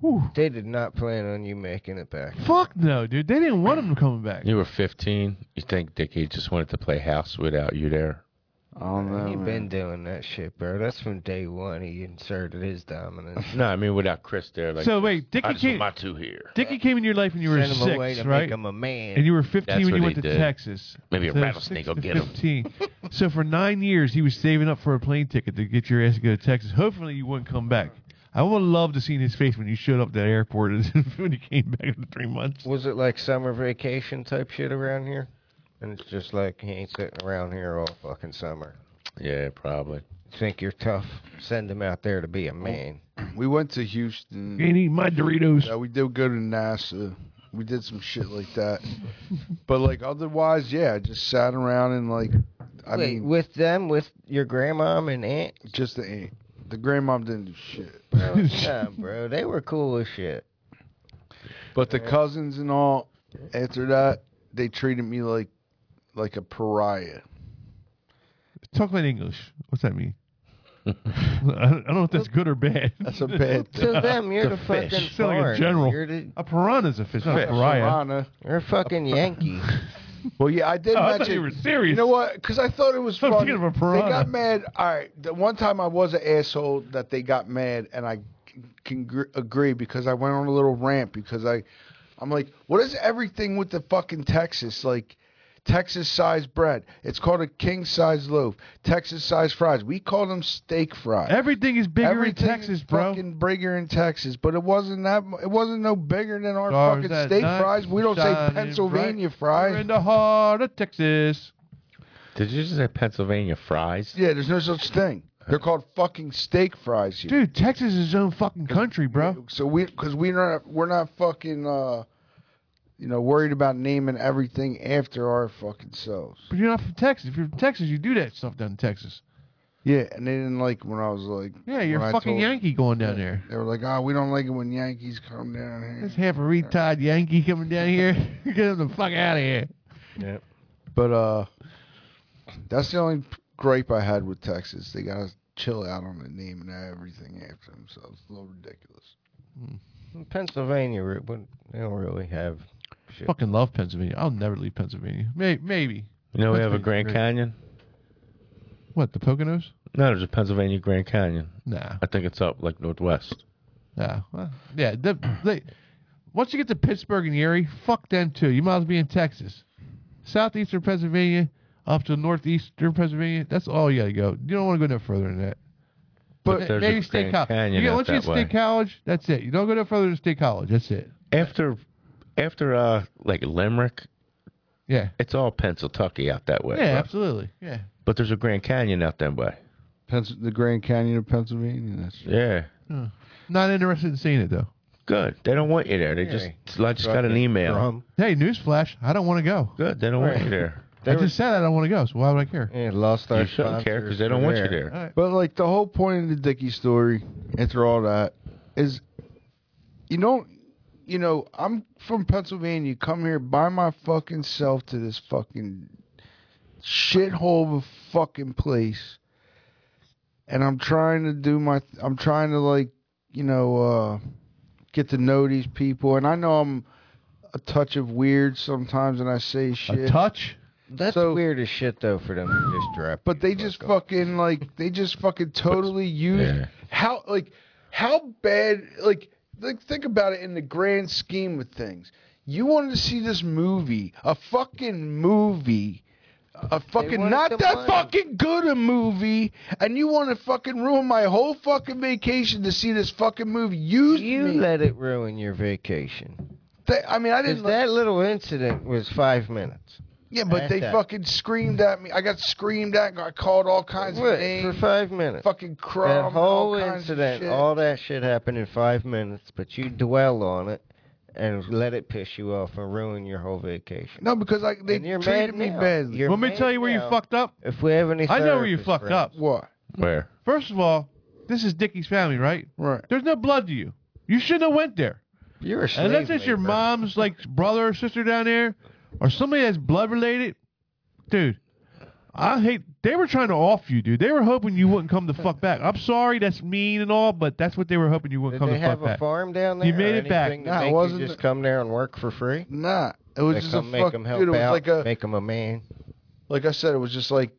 Whew.
They did not plan on you making it back.
Fuck no, dude. They didn't want him coming back.
You were 15. You think Dickie just wanted to play house without you there?
I don't know.
He
man.
been doing that shit, bro. That's from day one. He inserted his dominance.
No, I mean without Chris there. Like
So,
this.
wait, Dickie
I just
came-
want my two here.
Dickie came into your life when you were
Send him away
six,
to
right?
make him a man.
And you were 15
That's
when you
what
went to
he did.
Texas.
Maybe a
So
rattlesnake
six
will
to
get him.
15. so for nine years, he was saving up for a plane ticket to get your ass to go to Texas. Hopefully, you wouldn't come back. I would love to see his face when you showed up at that airport when you came back in three months.
Was it like summer vacation type shit around here? And it's just like he ain't sitting around here all fucking summer.
Yeah, probably.
Think you're tough? Send him out there to be a man.
We went to Houston.
Ain't eating my Doritos.
Yeah, we did go to NASA. We did some shit like that. but like otherwise, yeah, I just sat around and like, I
Wait,
mean,
with them, with your grandma and aunt?
just the aunt. The grandmom didn't do shit.
Bro, nah, bro, they were cool as shit.
But the cousins and all, after that, they treated me like like a pariah.
Talk about English. What's that mean? I don't I don't know if that's good or bad.
That's a bad thing.
To them, you're the
fish.
fucking
Sound like a
foreigner.
general.
You're, the,
A piranha's a fish, not a
Fish.
pariah.
Piranha.
you're a fucking Yankee.
Well, yeah, I did
Oh, I
mention.
thought you were serious.
You know what? Because I thought it was
I'm
funny.
thinking of a
they
piranha.
got mad. All right, the one time I was an asshole that they got mad, and I c- can gr- agree because I went on a little rant because I, I'm like, what is everything with the fucking Texas like? Texas sized bread. It's called a king size loaf. Texas sized fries. We call them steak fries.
Everything is bigger
Everything
in Texas,
is
bro.
Fucking bigger in Texas, but it wasn't that. mu- It wasn't no bigger than our
Stars
fucking
at
steak
night
fries. We don't say
shining
Pennsylvania
bright.
fries.
We're in the heart of Texas.
Did you just say Pennsylvania fries?
Yeah, there's no such thing. They're called fucking steak fries here.
Dude, Texas is its own fucking country, bro.
So we, because we're not, we're not fucking, uh, you know, worried about naming everything after our fucking selves.
But you're not from Texas. If you're from Texas, you do that stuff down in Texas.
Yeah, and they didn't like when I was like,
Yeah, you're
when
a
I
fucking
told-
Yankee going down there.
They were like, oh, we don't like it when Yankees come down here.
This half a retard Yankee coming down here. Get him the fuck out of here.
But uh, that's the only gripe I had with Texas. They gotta chill out on the naming everything after themselves. It's a little ridiculous.
In Pennsylvania, re- but they don't really have shit.
Fucking love Pennsylvania. I'll never leave Pennsylvania. May- maybe.
You know we have a
Pennsylvania's
Grand
great.
Canyon.
What, the Poconos?
No, there's a Pennsylvania Grand Canyon.
Nah.
I think it's up like northwest.
Nah. Well, yeah. The, they, once you get to Pittsburgh and Erie, fuck them too. You might as well be in Texas. Southeastern Pennsylvania up to northeastern Pennsylvania. That's all you got to go. You don't want to go no further than that.
But there's
maybe
a
State
Grand
College.
Canyon
you get,
out
once you
that
get to State
way.
College, that's it. You don't go no further than State College. That's it.
After, after uh, like Limerick,
Yeah.
it's all Pennsylvania out that way.
Yeah,
bro.
absolutely. Yeah.
But there's a Grand Canyon out that way.
Pens- the Grand Canyon of Pennsylvania. That's
Yeah.
Not interested in seeing it though.
Good. They don't want you there. They just I just got an email.
Drum.
Hey, newsflash, I don't want to go.
Good. They don't want you there.
They
I just said I don't want to go, so why would I care?
Yeah, lost our
You shouldn't care because they don't want you there.
But like the whole point of the Dickey story, after all that, is you don't, you know, I'm from Pennsylvania. Come here by my fucking self to this fucking shithole of a fucking place, and I'm trying to do my, I'm trying to like, you know, uh get to know these people, and I know I'm a touch of weird sometimes, and I say shit.
A touch?
That's
So-
weird as shit though for them to just drop.
But
you
they just
off.
fucking like they just fucking totally used
yeah.
how like how bad like like think about it in the grand scheme of things. You wanted to see this movie, a fucking movie, a fucking
wanted
not
the
that
money.
fucking good a movie, and you want to fucking ruin my whole fucking vacation to see this fucking movie. Used
You
me.
let it ruin your vacation.
They- I mean, I
'Cause
didn't. let-
that little incident was five minutes.
yeah, but they
that-
fucking screamed at me. I got screamed at. Got called all kinds
What?
of names.
For five minutes.
fucking crumb.
That
all
whole
kinds of
incident,
shit.
all that shit happened in five minutes, but you dwell on it and let it piss you off and ruin your whole vacation.
No, because like they
And you're
treated
mad
me
now.
badly.
You're
Want me to
mad
tell you where
now.
you fucked up?
If we have any,
I know where you
therapists,
fucked
friends.
up.
what?
Where?
First of all, this is Dickie's family, right?
Right.
There's no blood to you. You shouldn't have went there.
You're a slave
Unless it's your
labor.
mom's like brother or sister down there, or somebody that's blood related, dude. I hate. They were trying to off you, dude. They were hoping you wouldn't come the fuck back. I'm sorry, that's mean and all, but that's what they were hoping you
Did
wouldn't come
they
the
have
fuck
a
back.
farm down there?
You made
or
it back.
anything to
No, it
make you
wasn't
just
the-
come there and work for free.
Nah, it was
They
just a
come make
fuck,
them help
dude. It was
out,
like a
make them a man.
like I said, it was just like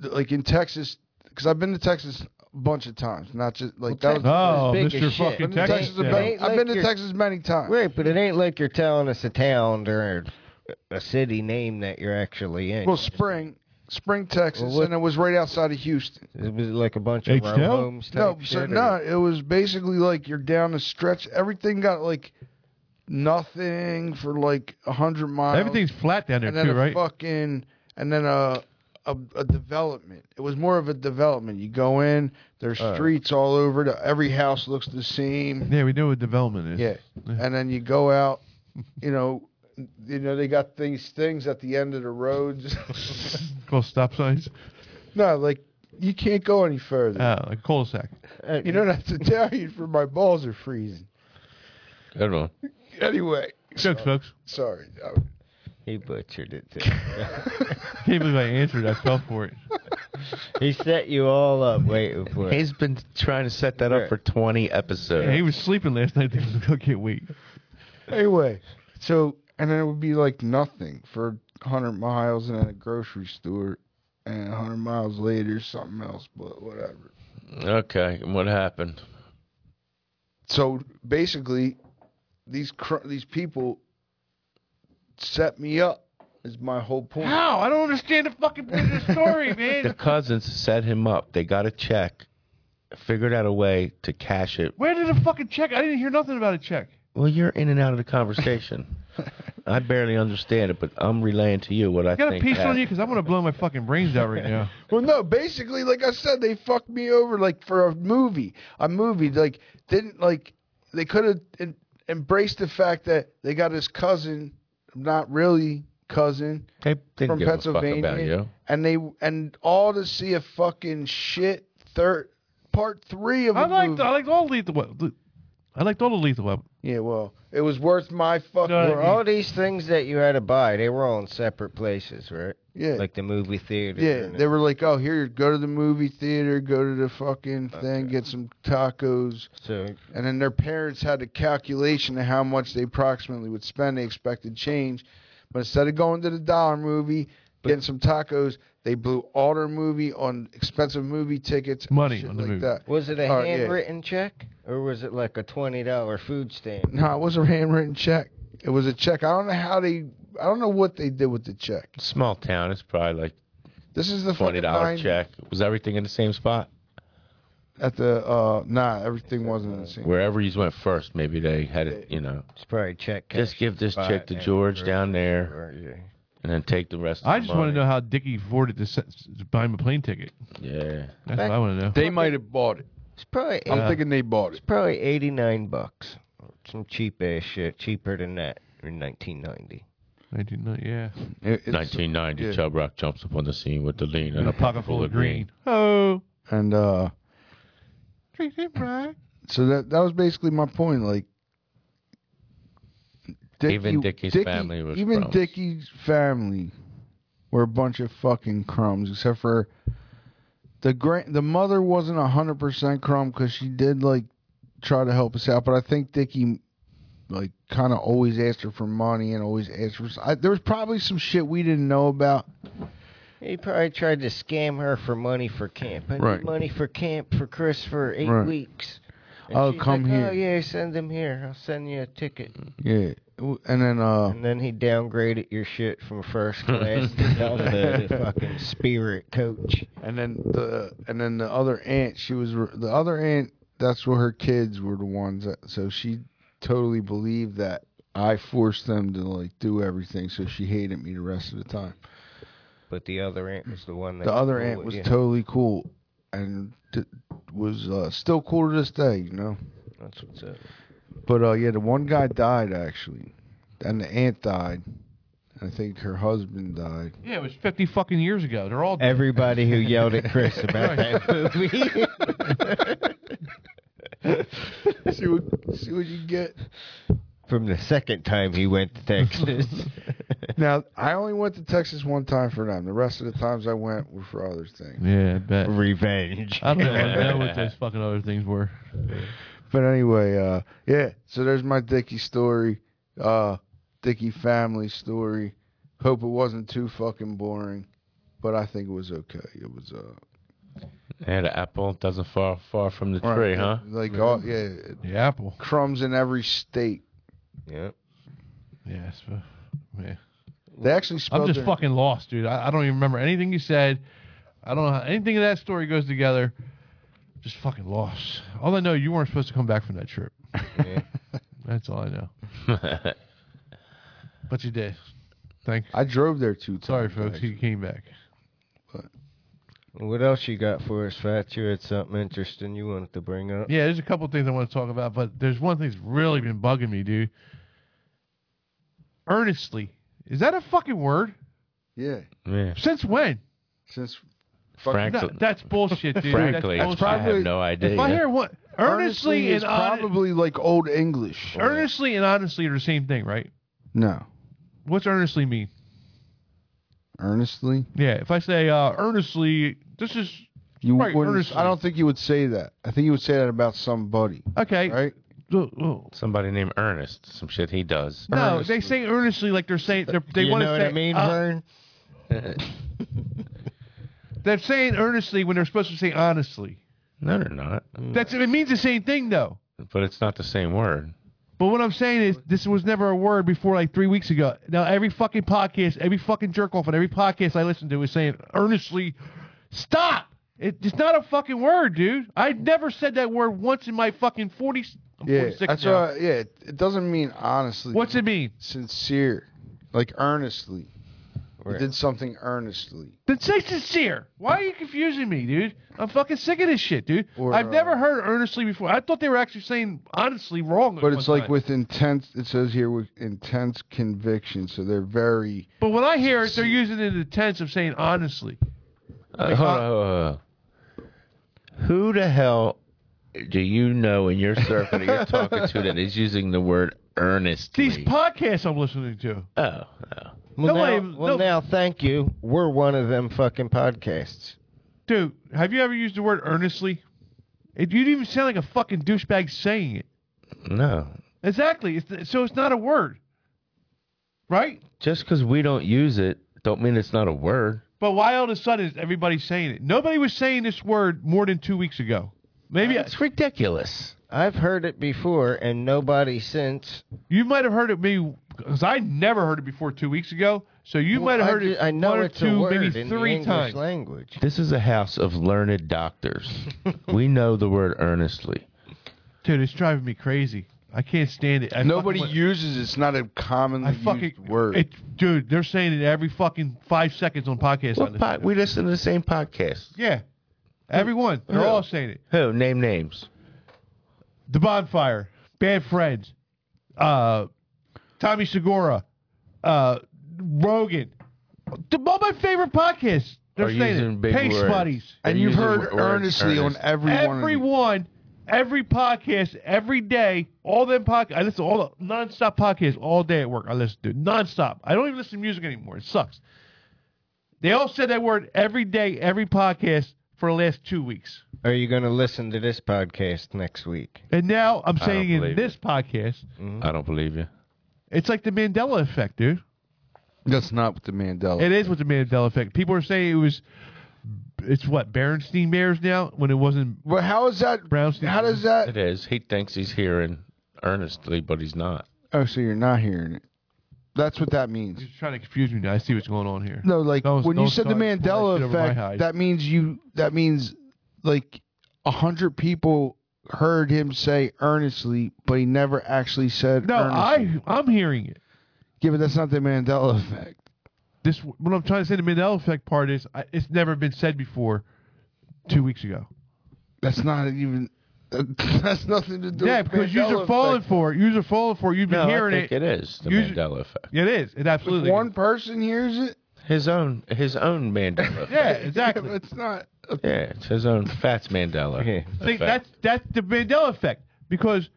like in Texas because I've been to Texas a bunch of times, not just like that. Was,
Oh,
It's big
Mr.
as shit.
Fucking
But
Texas,
Texas.
has been-
They-
yeah.
they-
I've been
like
to
your-
Texas many times.
Right, but it ain't like you're telling us a town or a city name that you're actually in.
Well, spring, spring Texas,
Well, what-
and it was right outside of Houston.
it was like a bunch of row
H-Town?
homes.
No,
Type
so
shit, or-
no, it was basically like you're down the stretch. Everything got like nothing for like a hundred miles.
Everything's flat down there
and then
too,
a
right?
fucking and then a, a a development. It was more of a development. You go in, there's
Uh.
streets all over. The, every house looks the same.
Yeah, we know what development is.
Yeah, and then you go out. You know, you know they got these things at the end of the roads.
Called stop signs.
no, like you can't go any further.
Uh, like cul-de-sac.
Uh,
you don't have to tell you for my balls are freezing.
Good one.
Anyway,
Jokes, folks.
sorry. I-
He butchered it too.
Can't believe I answered. I fell for it.
he set you all up waiting for it.
He's been trying to set that up for 20 episodes.
he was sleeping last night. Thinking, I can't wait.
Anyway, so and then it would be like nothing for hundred miles and then a grocery store, and hundred miles later something else, but whatever.
Okay, and what happened?
So basically, these cr- these people set me up. Is my whole point.
How? I don't understand the fucking point of the story,
The
man.
cousins set him up. They got a check, figured out a way to cash it.
Where did the fucking check? I didn't hear nothing about a check.
Well, you're in and out of the conversation. I barely understand it, but I'm relaying to you what I
I got a
think.
piece on
happened.
you because I want to blow my fucking brains out right now.
Well, no, basically, like I said, they fucked me over, like for a movie, a movie. Like didn't like they could have en- embraced the fact that they got his cousin, not really cousin,
They didn't
from
give a fuck
Pennsylvania,
about you.
and they and all to see a fucking shit third part three of a
I liked,
movie.
I liked all lethal weapon. I liked all the lethal weapon.
Yeah, well, it was worth my fucking.
No,
Were all these things that you had to buy, they were all in separate places, right?
yeah,
Like the movie theater.
yeah.
and-
They were like, "Oh, here, go to the movie theater, go to the fucking thing,
Okay.
get some tacos."
so
and then their parents had a calculation of how much they approximately would spend. They expected change, but instead of going to the dollar movie, getting some tacos, they blew all their movie on expensive movie tickets, and
Money
shit
on the
like
movie.
that.
was it a
All right, yeah.
handwritten check or was it like a twenty dollar food stamp?
No, it was a handwritten check. It was a check. I don't know how they. I don't know what they did with the check.
Small town. It's probably like
This is the
twenty
fucking
dollar
nine-
check. Was everything in the same spot?
at the. uh Nah, everything wasn't in the same.
Wherever you went first, maybe they had it. You know,
It's probably check.
just
cash
give this
buy
check
it
to
now,
George
or-
down there,
or- yeah.
and then take the rest. Of
I
the
just want to
money.
know how Dickie afforded to, set, to buy him a plane ticket.
Yeah.
That's what I want to know.
They might have bought it.
It's probably
I'm
eight-
thinking they bought it.
it's probably eighty nine bucks. Some cheap ass shit, cheaper than that in nineteen ninety.
I didn't know. Yeah,
It- it's-
1990,
yeah.
Chub Rock jumps upon the scene with the lean
and a pocket full of green. Oh,
And uh
treat him right.
so that that was basically my point. Like,
Even Dickie's family was
even
crumbs.
Dickie's family were a bunch of fucking crumbs, except for the grand. The mother wasn't hundred percent crumb because she did like try to help us out, but I think Dickie like kind of always asked her for money and always asked for. I, there was probably some shit we didn't know about.
He probably tried to scam her for money for camp. I need
Right.
money for camp for Chris for eight
Right.
weeks.
Oh,
she's
come
like,
here."
Oh yeah, send him here. I'll send you a ticket.
Yeah, and then uh,
And then he downgraded your shit from first class to down to the fucking spirit coach.
And then the and then the other aunt, she was the other aunt. That's where her kids were the ones. That, so she totally believed that I forced them to like do everything. So she hated me the rest of the time.
But the other aunt was the one that
the other
blew
aunt
it,
was
yeah.
totally cool and d- was uh, still cool to this day, you know.
That's what's up.
But uh, yeah, the one guy died actually, and the aunt died. I think her husband died.
Yeah, it was fifty fucking years ago. They're all dead.
Everybody who yelled at Chris about that movie.
see what see what you get.
From the second time he went to Texas.
Now I only went to Texas one time for them. The rest of the times I went were for other things.
Yeah, I bet.
Revenge.
I don't know, know what those fucking other things were.
But anyway, uh, yeah. So there's my Dickie story, uh, Dickie family story. Hope it wasn't too fucking boring, but I think it was okay. It was uh,
And the apple doesn't fall far from the
all
tree,
right,
huh?
Like all, yeah,
The apple.
crumbs in every state.
Yep.
Yes. but- Yeah.
They actually spelled.
I'm just
their-
fucking lost, dude. I, I don't even remember anything you said. I don't know how anything of that story goes together. Just fucking lost. All I know, you weren't supposed to come back from that trip. That's all I know. But you did. Thank.
I drove there two times.
Sorry, folks. He came back.
What else you got for us, Fat? You had something interesting you wanted to bring up?
Yeah, there's a couple things I want to talk about, but there's one thing that's really been bugging me, dude. Earnestly, is that a fucking word?
Yeah,
Yeah.
Since when?
since
Frank,
No, that's bullshit, dude.
frankly,
that's bullshit.
I have
probably-
no idea.
if I hear what earnestly,
is
and hon-
probably like old
Oh,
English.
earnestly and honestly are the same thing, right?
No,
What's earnestly mean?
earnestly.
Yeah, if I say uh, earnestly, this is
You
Right,
wouldn't-
earnestly.
I don't think you would say that. I think you would say that about somebody,
okay.
right?
Uh, uh,
Somebody named Ernest, some shit he does.
No, they say earnestly like they're saying they're, they
you
want
know
to
what
say.
I mean,
uh,
Vern?
they're saying earnestly when they're supposed to say honestly.
No, they're not.
That's it means the same thing though.
But it's not the same word.
But what I'm saying is, this was never a word before like three weeks ago. Now every fucking podcast, every fucking jerk off, and every podcast I listen to is saying earnestly, "Stop! It, it's not a fucking word, dude. I never said that word once in my fucking 40, I'm
Yeah,
46
that's
now.
why- yeah. It, it doesn't mean honestly.
What's it mean?
sincere, like earnestly? You
Right.
did something earnestly.
Then say sincere. Why are you confusing me, dude? I'm fucking sick of this shit, dude.
Or,
I've
uh,
never heard earnestly before. I thought they were actually saying honestly wrong. at
But it's
one
like
time.
with intense. It says here with intense conviction, so they're very.
But when I hear it, they're using it in the tense of saying honestly.
Uh, hold on, hold on, hold on. Who the hell do you know in your circle that you're talking to that is using the word earnestly?
These podcasts I'm listening to.
oh, oh.
No,
Well, now,
I-
well,
no.
now, thank you. We're one of them fucking podcasts.
Dude, have you ever used the word earnestly? It, you didn't even sound like a fucking douchebag saying it.
no.
Exactly. It's, so it's not a word, right?
Just because we don't use it, don't mean it's not a word.
But why all of a sudden is everybody saying it? Nobody was saying this word more than two weeks ago. Maybe
It's ridiculous.
I've heard it before, and nobody since.
you might have heard it maybe because I never heard it before two weeks ago. So you might have
I
heard
ju-
it.
I know
one or
it's
two,
a word
maybe
in the
three
English
times.
language.
This is a house of learned doctors. we know the word earnestly.
Dude, it's driving me crazy. I can't stand it. I
Nobody
fucking,
uses. It's not a commonly
I fucking
used word.
It, dude, they're saying it every fucking five seconds on podcasts. I
What
listen
po-
to.
we listen to the same podcast.
Yeah. Everyone. They're
Yeah.
all saying it.
Who? Name names.
The Bonfire, Bad Friends, uh, Tommy Segura, uh, Rogan. The, all my favorite podcasts. They're
Are
saying
using
it.
big
Pace
words.
Buddies.
and
They're
you've
using
heard
words
earnestly
earnest.
on every one. of them.
Everyone, every podcast, every day, all them podcasts. I listen to all the nonstop podcasts all day at work. I listen to nonstop. I don't even listen to music anymore. It sucks. They all said that word every day, every podcast for the last two weeks.
Are you going to listen to this podcast next week?
And now I'm
don't
saying in
believe
this podcast,
I don't believe you.
it's like the Mandela effect, dude.
That's not what the Mandela.
It is with the Mandela effect. People are saying it was, it's what Berenstein Bears now when it wasn't.
Well, how is that?
Brown's-
How does that?
It is. He thinks he's hearing earnestly, but he's not.
Oh, so you're not hearing it. That's what that means.
You're trying to confuse me now. I see what's going on here.
No, like
Don't-
when you
don't
said the
start pulling that
Mandela
shit over my
effect,
eyes.
that means you. That means like a hundred people heard him say earnestly, but he never actually said.
No,
earnestly.
I I'm hearing it.
Yeah, but that's not the Mandela effect.
This what I'm trying to say. The Mandela effect part is I, it's never been said before. Two weeks ago.
That's not even. That's nothing to do.
Yeah,
with
because
Mandela
yous are falling
effect.
for it. Yous are falling for it. You've been
No,
hearing
I think
it.
it is the
Usually-
Mandela effect.
It is. It absolutely.
If
is.
one person hears it,
His own, his own Mandela.
Yeah,
effect.
exactly.
yeah, it's not.
yeah, it's his own Fats Mandela.
Yeah.
I
effect.
think that's that's the Mandela effect because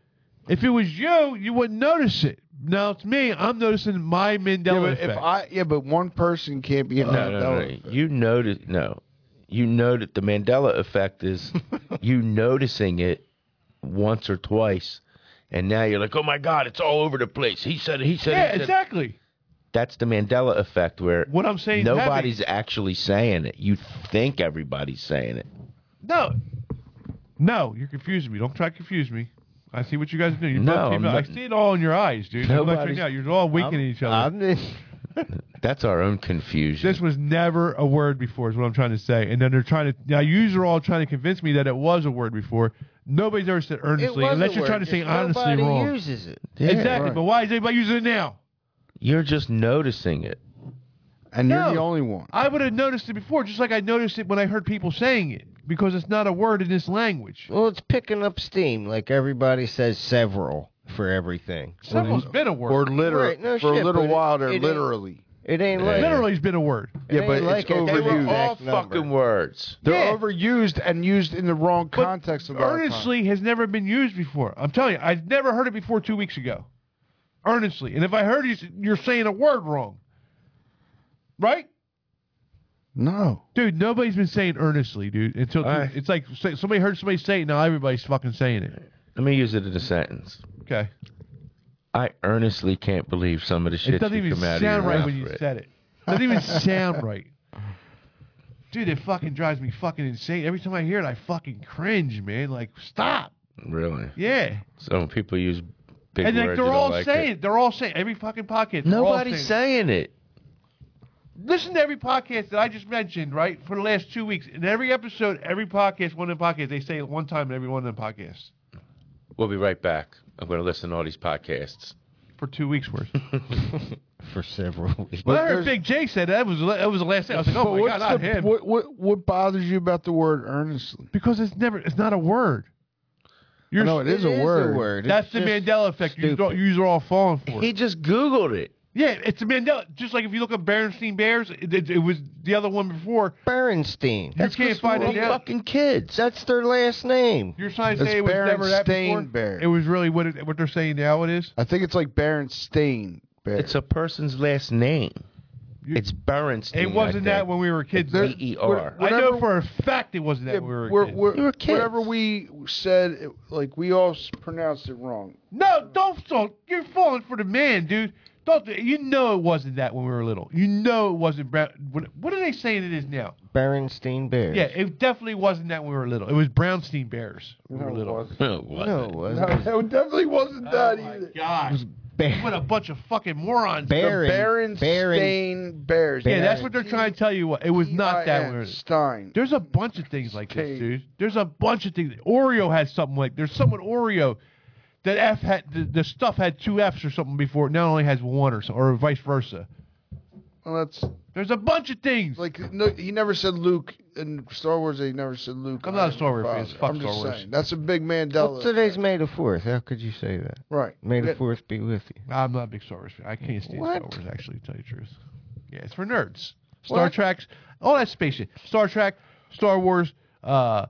if it was you, you wouldn't notice it. Now it's me. I'm noticing my Mandela
Yeah, but
effect.
if I yeah, but one person can't be a
no, no,
Mandela.
no,
effect.
no. You notice no, you know that the Mandela effect is you noticing it once or twice, and now you're like, oh my god, it's all over the place. He said, it, he said, it,
yeah,
he said it."
exactly.
That's the Mandela effect where
What I'm saying. is happening.
nobody's actually saying it. You think everybody's saying it.
No. No, you're confusing me. Don't try to confuse me. I see what you guys are doing. You're
No,
both
I'm
people- I
not-
see it all in your eyes, dude. I'm like, Right
Nobody's-
now, you're all winking at each other.
I'm the-
That's our own confusion.
this was never a word before, is what I'm trying to say. And then they're trying to now. You are all trying to convince me that it was a word before. Nobody's ever said
It
earnestly,
was a
unless you're
word,
trying to say
just
honestly
nobody
wrong.
uses it.
Yeah,
exactly.
right.
But why is anybody using it now?
You're just noticing it.
and
No.
you're the only one.
I would have noticed it before, just like I noticed it when I heard people saying it, because it's not a word in this language.
Well, it's picking up steam. Like everybody says several for everything.
Several's been a word.
Or literally
Right, no
for
shit,
a little
but it-
while, they're
it is-
literally.
It ain't like
Literally's been a word.
it
Yeah,
ain't
but it's
like it. They
overused.
were
They were
All
exact number.
fucking words.
They're
Yeah.
overused and used in the wrong
But
context. Of
earnestly has never been used before. I'm telling you, I've never heard it before two weeks ago. Earnestly, and if I heard you, you're saying a word wrong, right?
no.
Dude, nobody's been saying earnestly, dude. Until
Aye.
it's like say- somebody heard somebody say it. Now everybody's fucking saying it.
Let me use it in a sentence.
Okay,
I earnestly can't believe some of the shit
it doesn't
you
even
come out
sound
of your
right
mouth
when you
with.
said it. Doesn't even sound right, dude. It fucking drives me fucking insane. Every time I hear it, I fucking cringe, man. Like, stop.
Really?
Yeah,
Some people use big words.
and like
you
they're
don't
all
like
saying,
it.
it. they're all saying every fucking podcast. they're all
Nobody's
saying-
saying it.
listen to every podcast that I just mentioned, right? For the last two weeks, in every episode, every podcast, one of the podcasts, they say it one time in every one of the podcasts
We'll be right back. I'm going to listen to all these podcasts.
for two weeks worth.
for several weeks.
well, I heard
there's-
Big Jake said that was that was the last thing. I was like,
But
oh my god,
what's
not
the-
him,
What, what what bothers you about the word earnestly?
because it's never, it's not a word. You're
No, it is a word.
That's
It's
the
just
Mandela effect. You,
stupid.
don't- you are all falling for.
He
It.
just Googled it.
Yeah, it's a Mandela. Just like if you look up Berenstein Bears, it, it, it was the other one before.
Bernstein.
you can't find
We're
it out.
fucking kids.
That's their last name.
You're trying to
It's
say it was never that before.
Berenstain Bears.
It was really what it, what they're saying now. It is.
I think it's like Baron Stain.
It's a person's last name. It's Berenstein.
It wasn't that when we were kids.
There-
though.
B-E-R.
I
Whatever-
know for a fact it wasn't that when we were, kids.
we're-
You were kids.
Whatever we said, it, like we all s- pronounced it wrong.
No, don't. don't you're falling for the man, dude. Don't. You know it wasn't that when we were little. You know it wasn't. Brown, what, what are they saying it is now?
Bernstein Bears.
Yeah, it definitely wasn't that when we were little. It was Brownstein Bears. when we were little. Oh
No, it wasn't.
No, it
No,
wasn't.
it definitely wasn't
Oh,
that either.
God, what a bunch of fucking morons.
Bear-
The Baron
Baron-
Stain Bears. E
yeah, that's what they're trying to tell you. What it was not that when we were.
Stein.
There's a bunch of things like this,
Kate.
dude. There's a bunch of things. Oreo had something like there's someone Oreo that F had the, the stuff had two Fs or something before. it Now it only has one or so, or vice versa.
Well, that's
There's a bunch of things. Like
like no, he never said Luke in Star Wars. They never said Luke.
I'm not a
Iron
Star Wars fan,
Father.
so fuck
I'm just
Star Wars.
saying that's a big
Well,
Mandela.
today's May the 4th. How could you say that?
right.
May the
Yeah,
4th be with you.
I'm not a big Star Wars fan. I can't stand
What?
Star Wars. Actually, to tell you the truth, yeah, it's for nerds. Star
What?
Trek's all that space shit. Star Trek, Star Wars. uh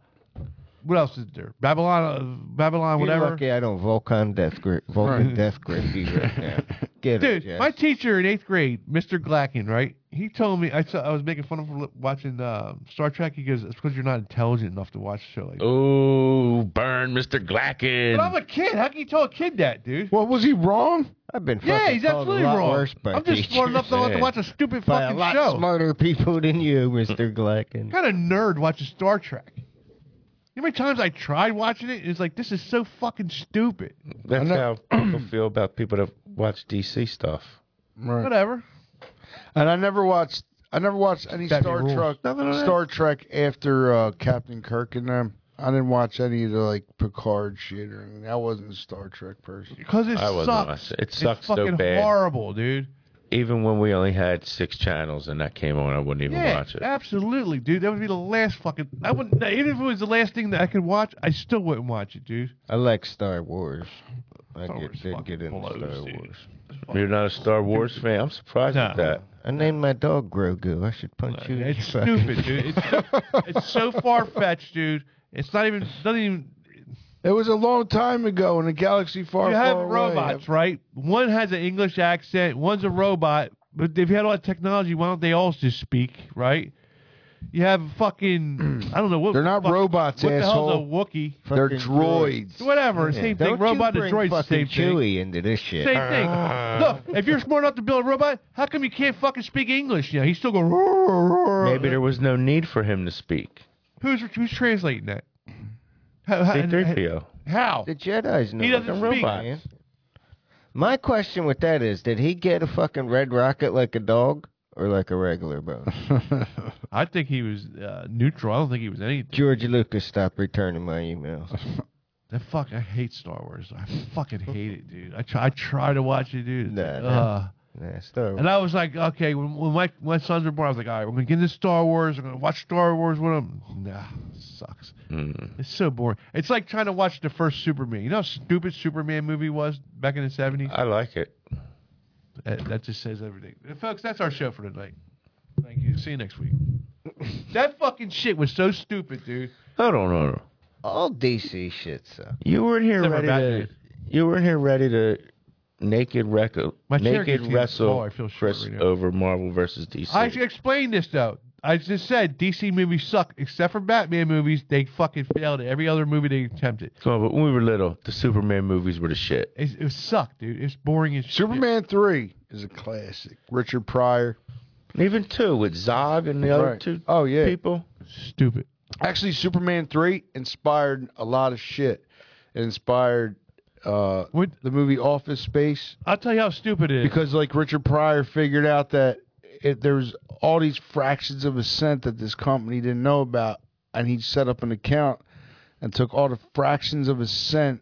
What else is there? Babylon, uh, Babylon,
You're
whatever.
lucky I don't Vulcan death grip. Vulcan death grip you right now. Get it,
Dude,
Jess.
my teacher in eighth grade, Mr. Glacken, right? He told me I saw, I was making fun of him for li- watching uh, Star Trek. He goes, "It's because you're not intelligent enough to watch a show like." that."
Oh, burn Mr. Glacken.
But I'm a kid. How can you tell a kid that, dude?
What was he wrong?
I've been fucking
yeah, he's
told
absolutely
a lot
wrong.
worse by
I'm just smart
teachers
enough to, to
yeah.
watch a stupid
by a
fucking
lot
show.
smarter people than you, Mr. Glacken.
What kind of nerd watches Star Trek? You know how many times I tried watching it? It's like this is so fucking stupid.
That's how people feel about people that watch DC stuff.
Right.
Whatever.
uh, And I never watched. I never watched any
That'd be
Star
rules.
Trek.
Nothing on that.
Star Trek after uh, Captain Kirk and them. I didn't watch any of the like Picard shit or anything. I wasn't a Star Trek person.
Because it
I wasn't
sucks.
watching- it sucks
it's
so
fucking
bad.
horrible, dude.
Even when we only had six channels and that came on, I wouldn't even
Yeah,
watch it.
absolutely, dude. That would be the last fucking. I wouldn't. Even if it was the last thing that I could watch, I still wouldn't watch it, dude.
I like Star Wars. I
Star
get,
Wars
did
fucking
get into
blows,
Star
dude.
Wars.
You're not a Star Wars fan? I'm surprised at
No.
that.
I named my dog Grogu. I should punch you. in
It's
your fucking-
stupid, dude. It's so, it's so far fetched, dude. It's not even. Doesn't even.
It was a long time ago in a galaxy far,
You have
far away.
robots, right? One has an English accent. One's a robot. But if you had all that technology, why don't they all just speak, right? You have fucking. I don't know what.
They're not
fuck-
robots,
What the hell's
asshole.
a Wookie?
They're
Fucking
droids.
Whatever,
Yeah,
same
Don't
thing. Robot
you
to
bring
droid,
fucking
same thing.
Chewie into this shit.
Same thing. Look, if you're smart enough to build a robot, how come you can't fucking speak English? You know, he's still going. "Roar, roar, roar."
Maybe there was no need for him to speak.
Who's who's translating that? How? how-
C3PO.
how?
The Jedi's no
He doesn't
fucking
speak.
robot. man. My question with that is, did he get a fucking red rocket like a dog or like a regular bone?
I think he was uh, neutral. I don't think he was anything.
George Lucas stopped returning my emails.
That fuck, I hate Star Wars. I fucking hate it, dude. I try, I try to watch it, dude.
Nah, nah.
Ugh.
Nah, Star Wars.
And I was like, okay, when, when my my sons were born, I was like, all right, we're gonna get into Star Wars. We're gonna watch Star Wars with them. Nah, sucks.
Hmm.
It's so boring. It's like trying to watch
Uh,
the first Superman. You know how stupid Superman movie was back in the seventies.
I like it.
That, that just says everything. And folks, that's our show for tonight. Thank you. See you next week. that fucking shit was so stupid, dude.
Hold on, hold on.
All DC shit sucks.
You were in here
Except
ready
for
to.
Batman.
You were in here ready to naked rec-
My chair
naked
gets you-
wrestle
oh, I feel short
Chris
right now.
over Marvel versus DC.
I should explain this though. I just said DC movies suck, except for Batman movies. They fucking failed at every other movie they attempted.
Come on, but when we were little, the Superman movies were the shit.
It, it sucked, dude. It's boring as shit.
Superman 3 is a classic. Richard Pryor.
And even two with Zog and the other
Right.
two
Oh, yeah.
people.
Stupid.
Actually, Superman 3 inspired a lot of shit. It inspired uh,
What?
the movie Office Space
I'll tell you how stupid it is.
because, like, Richard Pryor figured out that it, there was all these fractions of a cent that this company didn't know about, and he set up an account and took all the fractions of a cent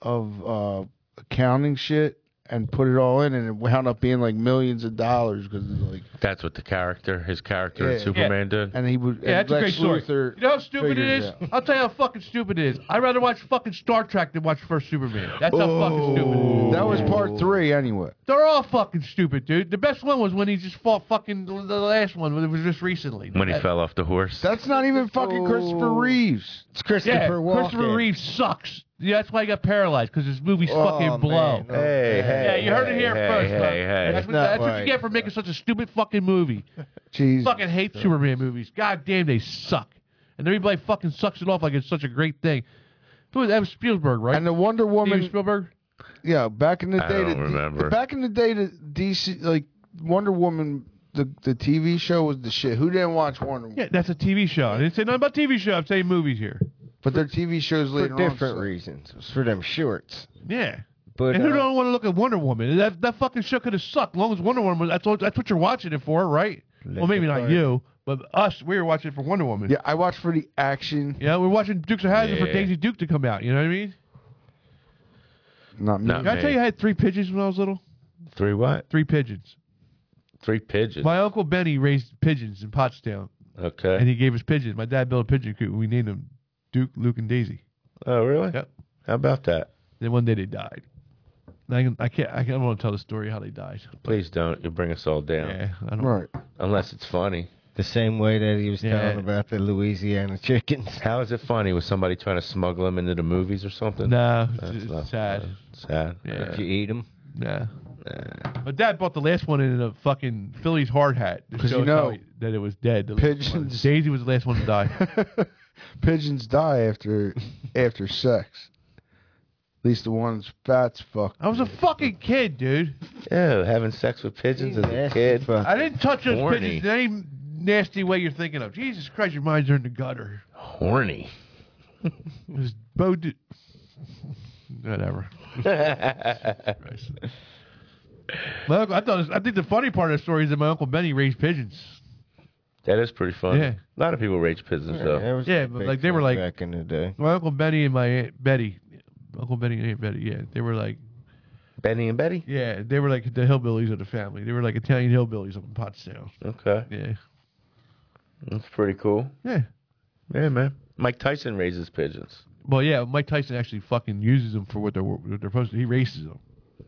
of uh, accounting shit and put it all in, and it wound up being like millions of dollars because, like,
That's what the character, his character in
Yeah.
Superman did.
and he would.
yeah,
and
that's a great
Lex
story.
Luthor
you know how stupid it
figured
is?
out.
I'll tell you how fucking stupid it is. I'd rather watch fucking Star Trek than watch First Superman. That's how fucking stupid it is.
Oh. That was part three, anyway.
They're all fucking stupid, dude. The best one was when he just fought fucking the last one. It was just recently. Uh,
When he
That-
fell off the horse.
That's not even fucking Christopher Reeves.
It's Christopher
Yeah,
Walken.
Christopher Reeve sucks. Yeah, that's why he got paralyzed because his movies
Oh,
fucking blow.
man.
hey, hey.
Yeah, you heard it here
hey,
first.
Hey,
bro.
hey,
That's, what,
Not
that's what you
right.
get for making such a stupid fucking movie.
Jeez.
fucking hate Superman movies. God damn, they suck. And everybody fucking sucks it off like it's such a great thing. Who was that? Was Spielberg, right?
And the Wonder
Steven
Woman.
Spielberg.
Yeah, back in the
I
day.
don't
the-
remember.
Back in the day, the DC like Wonder Woman, the the TV show was the shit. Who didn't watch Wonder Woman?
Yeah, that's a TV show. I didn't say nothing about TV show. I'm saying movies here.
But their TV shows
for
later
different
on.
reasons. It's for them shorts.
Yeah.
But
and who
uh,
don't want to look at Wonder Woman? That that fucking show could have sucked. As long as Wonder Woman, was- that's what, that's what you're watching it for, right? well, maybe not you, but us. We were watching it for Wonder Woman.
Yeah, I watched for the action.
Yeah, we're watching Dukes of Hazzard for
Yeah.
Daisy Duke to come out. You know what I mean?
Not me.
No.
Can I tell
Hey.
you, I had three pigeons when I was little.
Three what?
Three pigeons.
Three pigeons.
My uncle Benny raised pigeons in Pottstown, and
Okay.
he gave us pigeons. My dad built a pigeon coop. and We named them Duke, Luke, and Daisy.
Oh, really?
Yep.
How about that?
Then one day they died. And I, can, I can't. I, can, I don't want to tell the story how they died.
Please don't. You bring us all down.
Yeah, I don't.
Right.
Unless it's funny.
the same way that he was
Yeah.
telling about the Louisiana chickens.
How is it funny? Was somebody trying to smuggle him into the movies or something?
No, it's-
That's
it's
not
sad.
Sad.
Yeah.
Did you eat them?
Nah.
uh,
My dad bought the last one in a fucking Phillies hard hat to
'Cause
show
you
us how
know,
he- that it was dead. The last one.
Pigeons.
Daisy was the last one to die.
Pigeons die after after sex. At least the ones fat's fucked.
I was a fucking kid, dude.
Yeah, having sex with pigeons as a
Nasty
kid.
fuck.
I didn't touch those
Horny.
pigeons in any nasty way you're thinking of. Jesus Christ, your minds are in the gutter.
Horny.
It was Bo. Du- Whatever. Christ. my uncle, I thought. I think the funny part of the story is that my uncle Benny raised pigeons.
That is pretty funny.
Yeah.
A lot of people rage pigeons though.
That was
Yeah,
a
but,
big
like, they were,
thing
like-
back in the day.
My uncle Benny and my aunt Betty, Uncle Benny and Aunt Betty. Yeah, they were like
Benny and Betty.
Yeah, they were like the hillbillies of the family. They were like Italian hillbillies up in Pottstown.
Okay,
Yeah.
that's pretty cool.
Yeah.
Yeah, man. Mike Tyson raises pigeons,
Well, yeah, Mike Tyson actually fucking uses them for what they're what they're supposed to. He races them.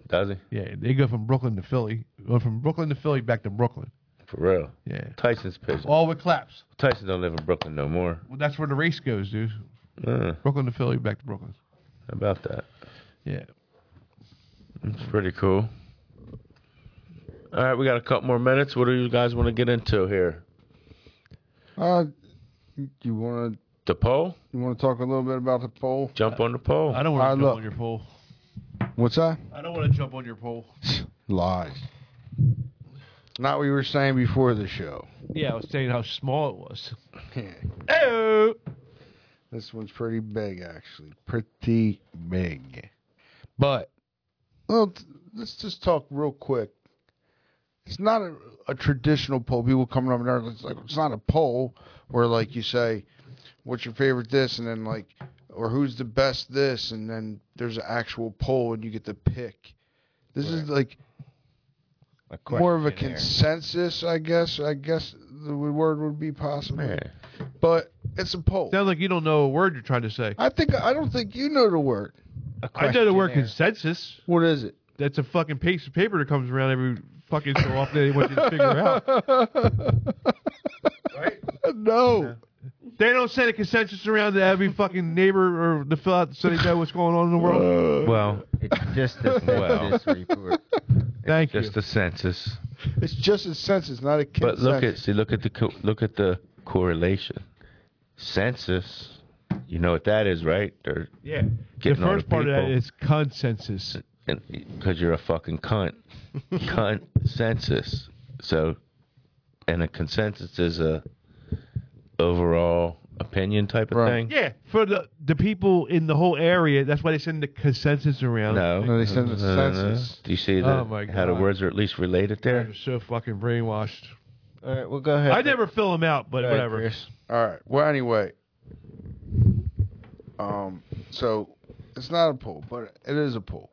does he?
Yeah, they go from Brooklyn to Philly, or from Brooklyn to Philly back to Brooklyn.
For real.
Yeah.
Tyson's pigeons.
All with claps.
Tyson don't live in Brooklyn no more.
Well, that's where the race goes, dude.
Uh, how
Brooklyn to Philly, back to Brooklyn.
about that?
Yeah.
It's pretty cool. All right, we got a couple more minutes. What do you guys want to get into here?
Uh, you want to
The poll?
you want to talk a little bit about the poll?
Jump on the poll.
I don't want to
All right,
jump
look.
on your pole.
What's that?
I don't want to jump on your pole.
Lies. Not what we were saying before the show.
Yeah, I was saying how small it was. Oh.
This one's pretty big, actually. Pretty big. But well, t- let's just talk real quick. It's not a, a traditional poll. People coming up and there, it's like it's not a poll where like you say, "What's your favorite this?" and then like, or "Who's the best this?" and then there's an actual poll and you get to pick. This is like
A
more of a
questionnaire.
consensus, I guess. I guess the word would be possible,
Man,
but it's a poll.
Sounds like you don't know a word you're trying to say.
I think I don't think you know the word.
A
I know the word
questionnaire.
consensus.
What is it?
that's a fucking piece of paper that comes around every fucking so often they want you to figure out.
No.
They don't send a consensus around to every fucking neighbor or to fill out so they know what's going on in the world.
Well,
It's just the census report.
Thank you.
just the census.
It's just a census, not a
But
consensus.
look at see look at the co- look at the correlation. Census, you know what that is, right? They're
Yeah. The
Getting all
first
the
part of that
people.
is consensus.
because you're a fucking cunt. cunt census. So, and a consensus is a overall opinion type of
Right.
thing.
Yeah, for the the people in the whole area, that's why they send the consensus around.
No,
No, they send the census.
Do you see the,
Oh, my
how the
God.
words are at least related there?
They're so fucking brainwashed.
All right, well, go ahead.
I never fill them out, but
Go ahead,
whatever.
Chris.
All right. Well, anyway, um, so it's not a pool, but it is a pool,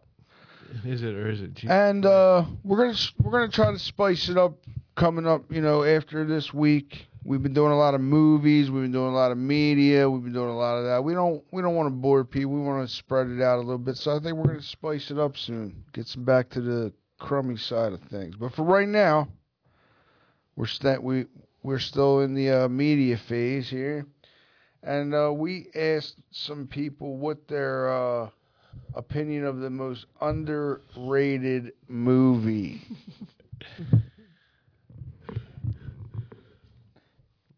Is it or is it? Jesus.
and uh, we're gonna s- we're gonna try to spice it up coming up. You know, after this week, we've been doing a lot of movies, we've been doing a lot of media, we've been doing a lot of that. We don't we don't want to bore people. We want to spread it out a little bit. So I think we're gonna spice it up soon. Get some back to the crummy side of things. But for right now, we're st- we we're still in the uh, media phase here, and uh, we asked some people what their uh, opinion of the most underrated movie.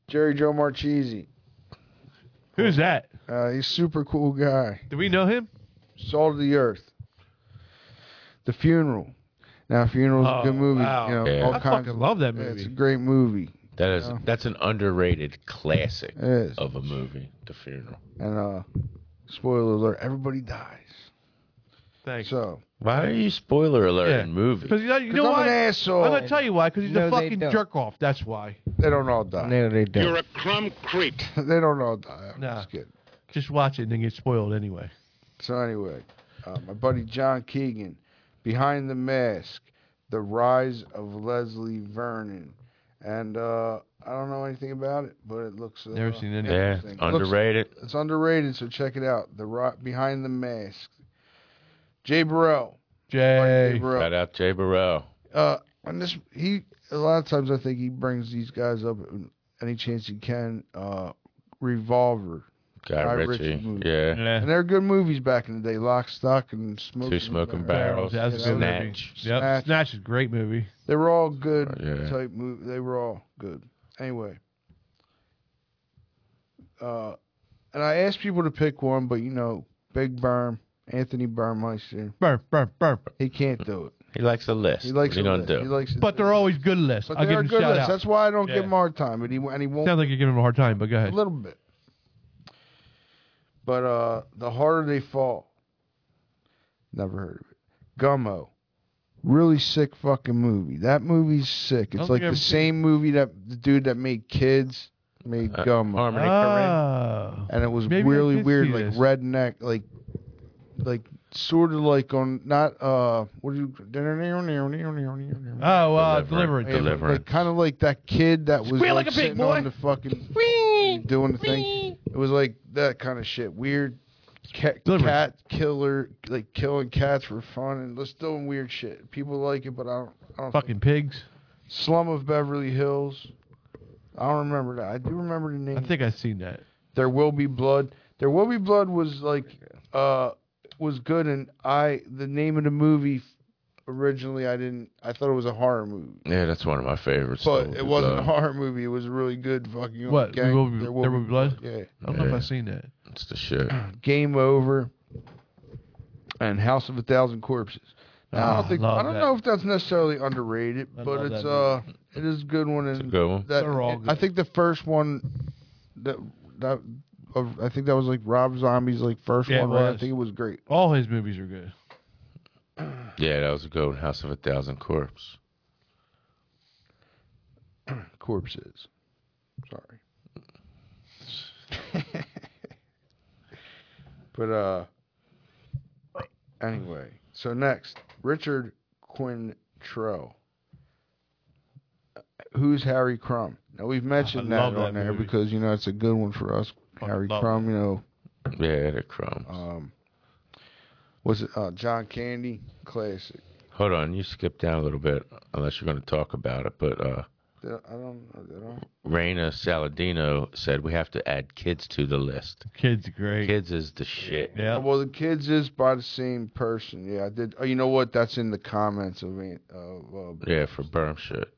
Jerry Joe Marchese,
Who's that?
uh, he's a super cool guy.
Do we know him?
Salt of the Earth, The Funeral. Now, Funeral's a
Oh,
good movie.
wow.
You know,
Yeah.
all
I
kinds.
fucking love that
yeah, it's a
movie.
great movie.
That is that's an underrated classic
It is.
of a movie, The Funeral.
And uh spoiler alert, everybody dies.
Thanks.
So
Why are you spoiler alert
Yeah.
in movies?
Because you know, you
'Cause
know
I'm
why?
an
I'm
asshole.
gonna tell you why. Because he's
No,
a
they
fucking
don't.
jerk off. That's why.
they don't all die.
No, they don't.
You're a crumb creep.
They don't all die. I'm
Nah.
just kidding.
Just watch it and then get spoiled anyway.
So anyway, uh, my buddy John Keegan, Behind the Mask, The Rise of Leslie Vernon, and uh, I don't know anything about it, but it looks uh,
Never seen any.
Yeah,
interesting. Looks-
underrated.
It's underrated, so check it out. The Ri- Behind the Mask. Jay Burrell. Jay
Jay.
Burrell.
Shout out Jay Burrell.
uh, and this he a lot of times I think he brings these guys up in any chance he can. Uh, Revolver,
Guy,
Guy
Ritchie.
Ritchie movie.
Yeah.
Yeah.
and they're good movies back in the day. Lock, Stock, and Smoking,
Eh. Two Smoking Barrels.
Barrels. That was a good movie.
Snatch.
Yep.
Snatch.
Snatch. is a great movie.
They were all good
Yeah.
type movies. They were all good. Anyway, uh, and I asked people to pick one, but you know, Big Berm, Anthony Burmeister,
Burn, burn, burn.
he can't do it.
He likes a list.
He likes
what
to
are you
do.
gonna
He
do?
likes to
But
do
they're
it.
always good lists.
But
I'll
they
give
are
him a
good
shout
lists.
out.
That's why I don't
Yeah.
give him hard time, and he and he won't
Sounds like you're giving him a hard time, but go ahead.
A little bit. But uh the harder they fall. Never heard of it. Gummo. Really sick fucking movie. That movie's sick.
don't
It's
think
like
I've
the
seen
same movie that the dude that made kids made
Uh,
Gummo.
Harmony Korine.
Oh.
and it was
maybe I
really
did
weird,
see
like
this.
redneck, like like sort of like on not uh what do you
Oh,
Deliverance.
uh, Deliverance.
Yeah, but, like,
Deliverance.
kind of like that kid that was
Squeal
like,
like a pig,
sitting
boy.
on the fucking doing the thing. It was like that kind of shit. Weird cat,
Deliverance.
cat killer, like killing cats for fun and just doing weird shit. People like it, but I don't. I don't
Fucking pigs.
think- Slum of Beverly Hills. I don't remember that. I do remember the name.
I think I've seen that.
There Will Be Blood. There Will Be Blood was like uh was good and I the name of the movie originally I didn't I thought it was a horror movie.
Yeah, that's one of my favorites.
But
too,
it wasn't a
uh,
horror movie. It was a really good fucking
What?
gang-
There Will Be- There Will Be Blood?
Yeah.
I don't know if
Yeah.
I've seen that.
It's the shit.
Game Over and House of a Thousand Corpses. Now, I
Ah,
don't think
love
I don't
that.
know if that's necessarily underrated,
I
but
love
it's
that
uh it is a good one and
It's a good one.
that
They're all good.
I think the first one that that of, I think that was like Rob Zombie's like first
Yeah, it
one, right? I
was.
think it was great.
All his movies are good.
Yeah, that was a good one. House of a Thousand Corpses.
Corpses. Sorry. but uh anyway, so next, Richard Quintrell. Who's Harry Crumb? Now we've mentioned
I love
that on
that
there
movie.
because you know it's a good one for us.
Fucking
Harry
love
Crumb, you know,
Yeah, the crumbs.
um was it uh John Candy? uh, Classic.
Hold on, you skip down a little bit unless you're going to talk about it. But uh,
Did I I don't know. Did I?
Raina Saladino said we have to add kids to the list.
Kids great.
Kids is the shit.
Yeah.
Oh, Well, the kids is by the same person. Yeah, I did. Oh, you know what? That's in the comments of me. Uh, uh,
Yeah, for berm shit.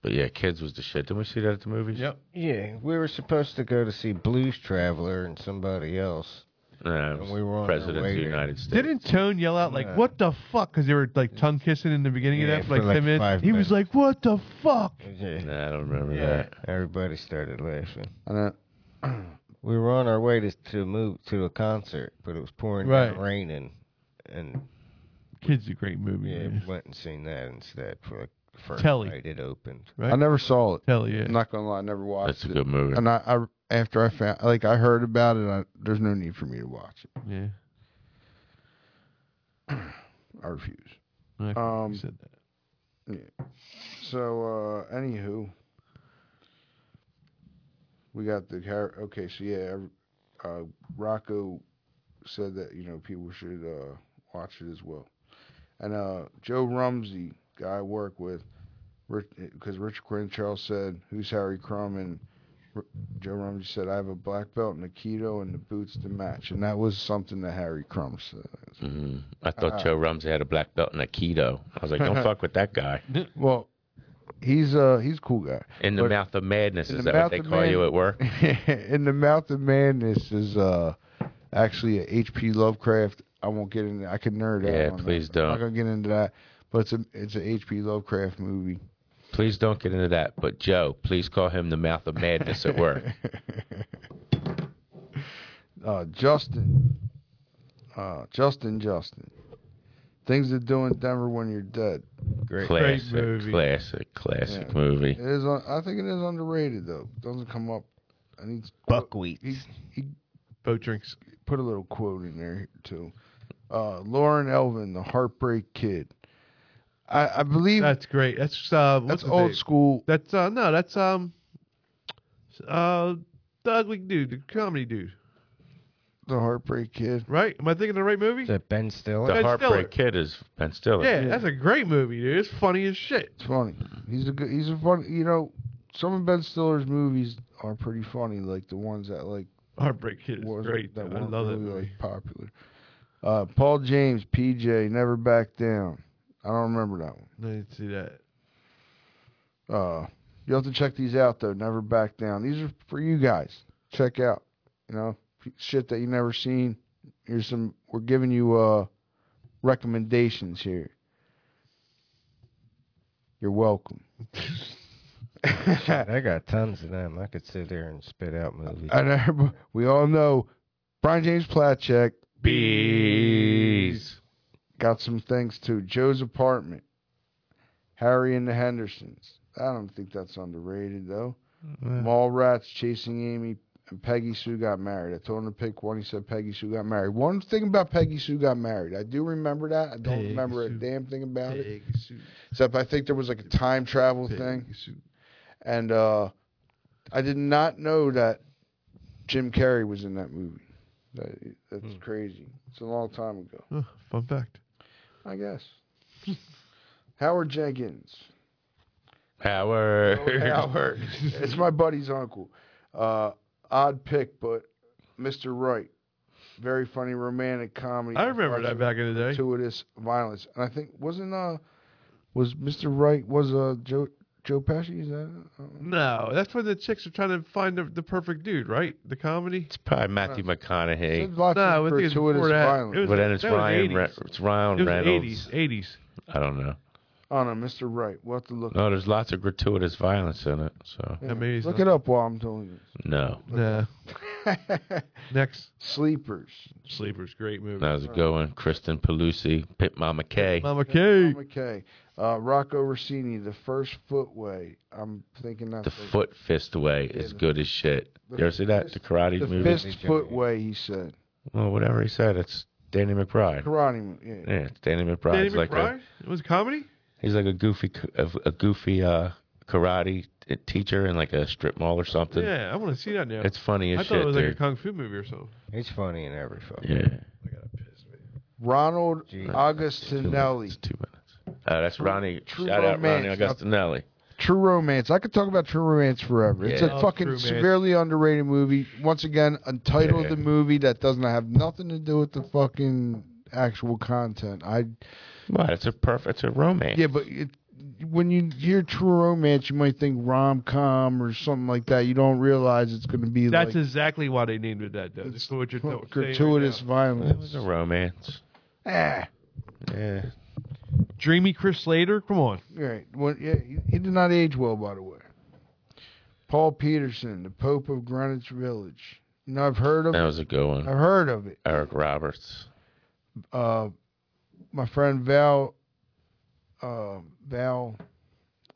But yeah, kids was the shit. Didn't we see that at the movies?
Yep.
Yeah, we were supposed to go to see Blues Traveler and somebody else.
Nah, it was
we were on our
Uh, President of
way
the
to-
United States.
Didn't Tone yell out like
Yeah.
"What the fuck"? Because they were like tongue kissing in the beginning
Yeah,
of that
for
for like,
like
ten minutes.
five
He was like, "What the fuck?"
Yeah.
Nah, I don't remember
yeah.
that.
Everybody started laughing.
I don't-
We were on our way to, to move to a concert, but it was pouring down
Right.
raining, and
Kids, is a great movie.
yeah,
man.
went and seen that instead for like the first
Telly.
night it opened.
I never saw it.
Hell yeah.
I'm not gonna lie, I never watched
That's a
it.
good movie.
And I, I after I found like I heard about it, I, there's no need for me to watch it.
yeah.
I refuse.
I forgot you
Um,
said that.
So, uh, anywho, we got the Har- okay. So yeah, every- uh, Rocco said that you know people should uh, watch it as well, and uh, Joe Rumsey, guy I work with, because Richard Quinn Charles said, "Who's Harry Crumb?" and R- Joe Rumsey said, "I have a black belt and a keto and the boots to match," and that was something that Harry Crumb said.
Mm. I thought Joe Rumsey had a black belt and a keto. I was like, don't fuck with that guy.
Well, he's uh he's a cool guy.
In the
But-
mouth of madness
In
is
the
that what
mouth
they
of
call you
madness.
at work?
in the mouth of madness is uh actually a hp lovecraft i won't get into i can nerd
Yeah,
out on
please
that. i'm not
don't.
gonna get into that but it's a it's a hp lovecraft movie
Please don't get into that. But Joe, please call him the mouth of madness at work.
uh justin uh justin justin things to do in denver when you're dead
Great.
classic,
movie.
classic, classic
Yeah.
movie.
it is un- i think it is underrated though doesn't come up i need he,
Buckwheats.
he
Boat drinks.
put a little quote in there too. Uh, Lauren Elvin, the Heartbreak Kid. I, I believe
That's
that's,
great. That's uh, what's his
old
name?
school.
That's uh, no, that's um, uh, the ugly dude, the comedy dude,
The Heartbreak Kid.
right? Am I thinking of the right movie?
Is that Ben Stiller?
The
Ben
Heartbreak Kid is Ben Stiller.
yeah, that's a great movie, dude. It's funny as shit.
It's funny. He's a good. He's a funny. You know, some of Ben Stiller's movies are pretty funny, like the ones that like
Heartbreak Kid is
was
great.
that
I
weren't
love that
really
movie.
like popular. Uh, Paul James, PJ, Never Back Down. I don't remember that one.
I didn't see that.
Uh, you have to check these out though. Never back down. These are for you guys. Check out, you know, f- shit that you never seen. Here's some. We're giving you uh recommendations here. You're welcome.
I got tons of them. I could sit there and spit out movies.
And everybody- we all know Brian James Platchek
Bees.
got some things too. Joe's apartment, Harry and the Hendersons. I don't think that's underrated though.
Mm.
Mall rats chasing Amy and Peggy Sue got married. I told him to pick one. He said Peggy Sue got married. One thing about Peggy Sue got married. I do remember that. I don't
Peggy
remember a
Sue.
damn thing about it.
Big suit,
Except I think there was like a time travel
big
thing.
suit.
And uh, I did not know that Jim Carrey was in that movie. That, that's
Hmm.
crazy. It's a long time ago.
Huh, fun fact.
I guess. Howard Jenkins.
Howard.
Howard. it's my buddy's uncle. Uh, odd pick, but Mr. Wright. Very funny romantic comedy.
I remember that back in the day.
Gratuitous violence. And I think, wasn't, uh, was Mr. Wright, was, uh, Joe, Joe Pesci? Is that, it? Uh,
No, that's when the chicks are trying to find the, the perfect dude, right? The comedy.
It's probably Matthew McConaughey.
said lots
No,
of
I think it's
gratuitous
before that.
violence.
It was-
But then it's
that was
Ryan,
80s.
Re- it's Ryan
It was
Reynolds.
eighties, eighties.
I don't know.
oh, no, Mr. Wright. We'll have to look.
No, there's lots of gratuitous violence in it. So
Amazing.
Look it up while I'm telling you.
no,
Nah. Next,
Sleepers.
Sleepers, great movie.
that was a good one. Kristen Pelusi, Pit Mama K.
Mama Kate.
Okay. Uh, Rocco Rossini, The First Footway. I'm thinking that's
The Foot Fist Way is good as shit. You ever see that? The karate
The
movie.
fist footway, he said.
Well, whatever he said, it's Danny McBride.
Karate, mo- yeah.
Yeah, it's Danny McBride.
Danny
he's like
McBride.
a
It was a comedy.
he's like a goofy c- of- a goofy uh, karate t- teacher in like a strip mall or something.
Yeah, I want to see that now.
It's funny as
I thought
shit,
it was like a
dude.
kung fu movie or something.
He's funny in every fucking.
yeah,
Ronald
Gee.
Agostinelli,
it's two minutes. Uh, that's Ronnie.
true
shout out Ronnie
romance.
Augustinelli.
True Romance. I could talk about True Romance forever. It's
Yeah.
a
Love True
fucking
Romance.
severely underrated movie. Once again, a title
Yeah.
of the movie that doesn't have nothing to do with the fucking actual content. I
Well, that's a perfect. That's a romance.
yeah, but it, when you hear True Romance, you might think rom com or something like that. You don't realize it's going to be
That's
like
exactly why they named it that, though. Just what you're
fu-
saying right
gratuitous
now.
It
violence.
was a romance.
Ah,
Yeah.
Dreamy Chris Slater? Come on.
right. Well, yeah, he, he did not age well, by the way. Paul Peterson, the Pope of Greenwich Village. You know, I've heard of.
That
it.
was a good one.
I've heard of it.
Eric Roberts.
uh, my friend Val, uh, Val,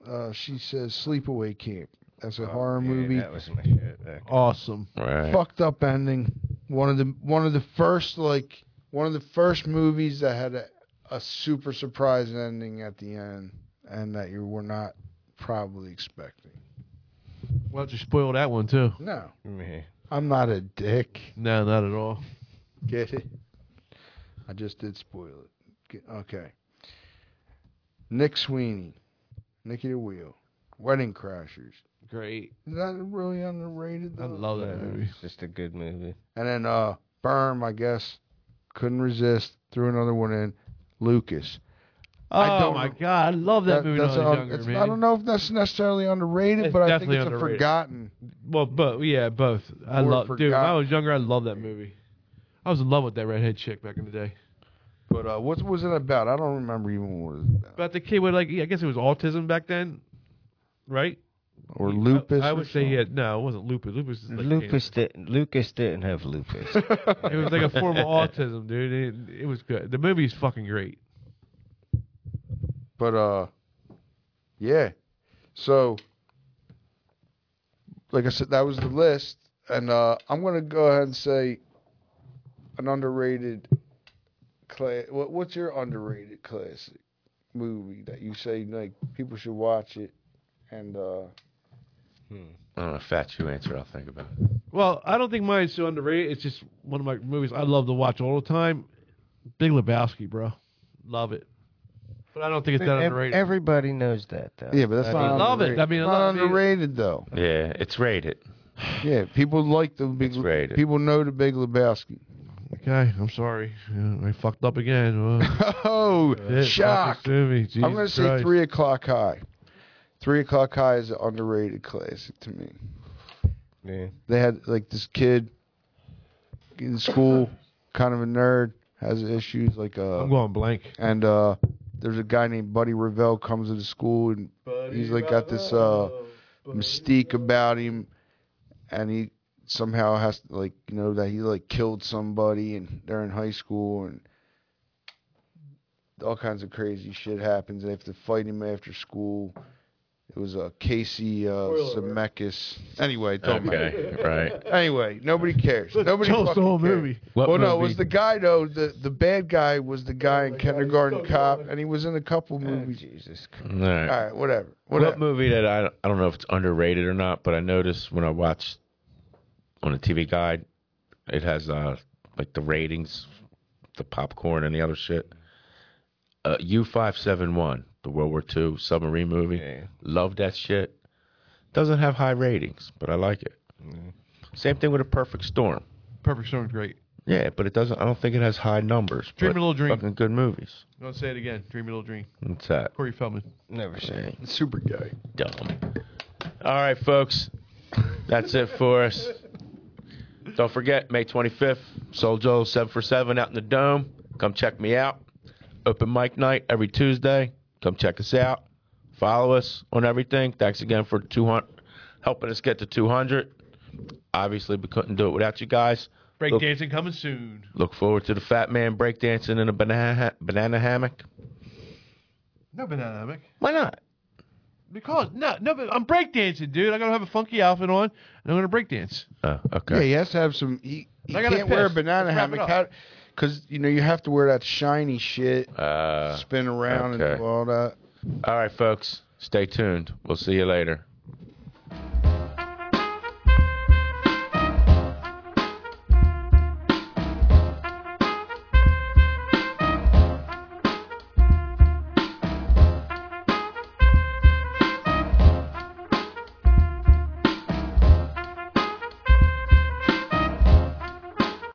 uh, she says Sleepaway Camp.
Oh,
That's a horror
Oh, Yeah,
movie.
That was my shit. That-
Awesome.
Right.
Fucked up ending. One of the one of the first like one of the first movies that had a, a super surprise ending at the end, and that you were not probably expecting.
Why don't you spoil that one, too?
No,
Yeah.
I'm not a dick.
No, not at all.
Get it? I just did spoil it. Get- Okay. Nick Sweeney, Nicky the Wheel, Wedding Crashers.
Great.
Is that really underrated?
I
though?
love that movie.
It's just a good movie.
And then uh, Berm, I guess, couldn't resist. Threw another one in. Lucas.
Oh,
I don't-
my God. I love that,
That-
movie when
that's
I was
un-
younger,
it's-
man.
I don't know if that's necessarily underrated,
It's
but I think
definitely
it's a
underrated.
forgotten.
Well, but yeah, both. I
Or
love, dude. When I
forgot-
was younger, I loved that movie. I was in love with that redhead chick back in the day.
But uh, what was it about? I don't remember even what it was about.
But the kid with like, I guess it was autism back then, right?
Or lupus.
I, I
or
would say
something.
yeah. No, it wasn't lupus. Lupus is like
Lucas didn't. Lucas didn't have lupus.
It was like a form of autism, dude. It, it was good. The movie's fucking great.
But uh, yeah. So, like I said, that was the list, and uh, I'm gonna go ahead and say an underrated class. What, what's your underrated classic movie that you say like people should watch it? And uh,
I don't know, fat you answer. I'll think about it.
Well, I don't think mine's so underrated. It's just one of my movies I love to watch all the time. Big Lebowski, bro, love it. But I don't think it's that
Ev-
underrated.
Everybody knows that though.
yeah, but that's
I
not.
I
mean,
love it.
underrated.
I mean, I
It's not
love it.
underrated though.
Yeah, it's rated.
Yeah, people like the big.
It's rated.
People know the Big Lebowski.
okay, I'm sorry. Yeah, I fucked up again. Uh,
Oh,
shit,
shock!
fucking sue me. Jesus
I'm going to say
Christ.
three o'clock high. Three o'clock high is an underrated classic to me.
yeah.
They had like this kid in school, kind of a nerd, has issues like uh,
I'm going blank.
and uh, there's a guy named Buddy Revell comes into school and he's like got this uh mystique about him, and he somehow has to like you know that he like killed somebody and they're in high school and all kinds of crazy shit happens. They have to fight him after school. It was uh, Casey uh, Zemeckis. Anyway, it don't matter.
Okay, right.
Anyway, nobody cares. Nobody.
Tell us the
fucking
whole
cares.
movie.
What
well, no, it
movie?
was the guy though. The the bad guy was the
Oh
guy in Kindergarten Cop, and he was in a couple
Oh,
movies.
Jesus. Christ.
All right.
All right, whatever.
What
Whatever.
movie that I I don't know if it's underrated or not, but I noticed when I watched on a TV guide, it has uh like the ratings, the popcorn and the other shit. Uh, U five seven one, the World War II submarine movie.
Yeah.
Love that shit. Doesn't have high ratings, but I like it.
Mm-hmm.
Same thing with a Perfect Storm.
Perfect Storm's great.
Yeah, but it doesn't. I don't think it has high numbers.
Dream
but
a Little Dream.
Fucking good movies.
I'm gonna say it again. Dreamy little dream.
What's that?
Corey Feldman.
Never seen it.
Super guy.
Dumb. All right, folks. That's it for us. Don't forget, May 25th, Soul Joel 7 for 7 out in the Dome. Come check me out. Open mic night every Tuesday. Come check us out. Follow us on everything. Thanks again for 200, helping us get to 200. Obviously, we couldn't do it without you guys. Look-
Breakdancing coming soon.
Look forward to the Fat Man breakdancing in a banana, ha- banana hammock.
No banana hammock.
Why not?
Because no, no, but I'm breakdancing, dude. I gotta have a funky outfit on, and I'm gonna breakdance.
Oh,
Yeah,
okay.
he has to have some. He, he
I gotta
can't wear a
piss.
banana
Let's wrap it
hammock because you know you have to wear that shiny shit,
Uh,
spin around
okay.
and do all that.
All right, folks. Stay tuned. We'll see you later.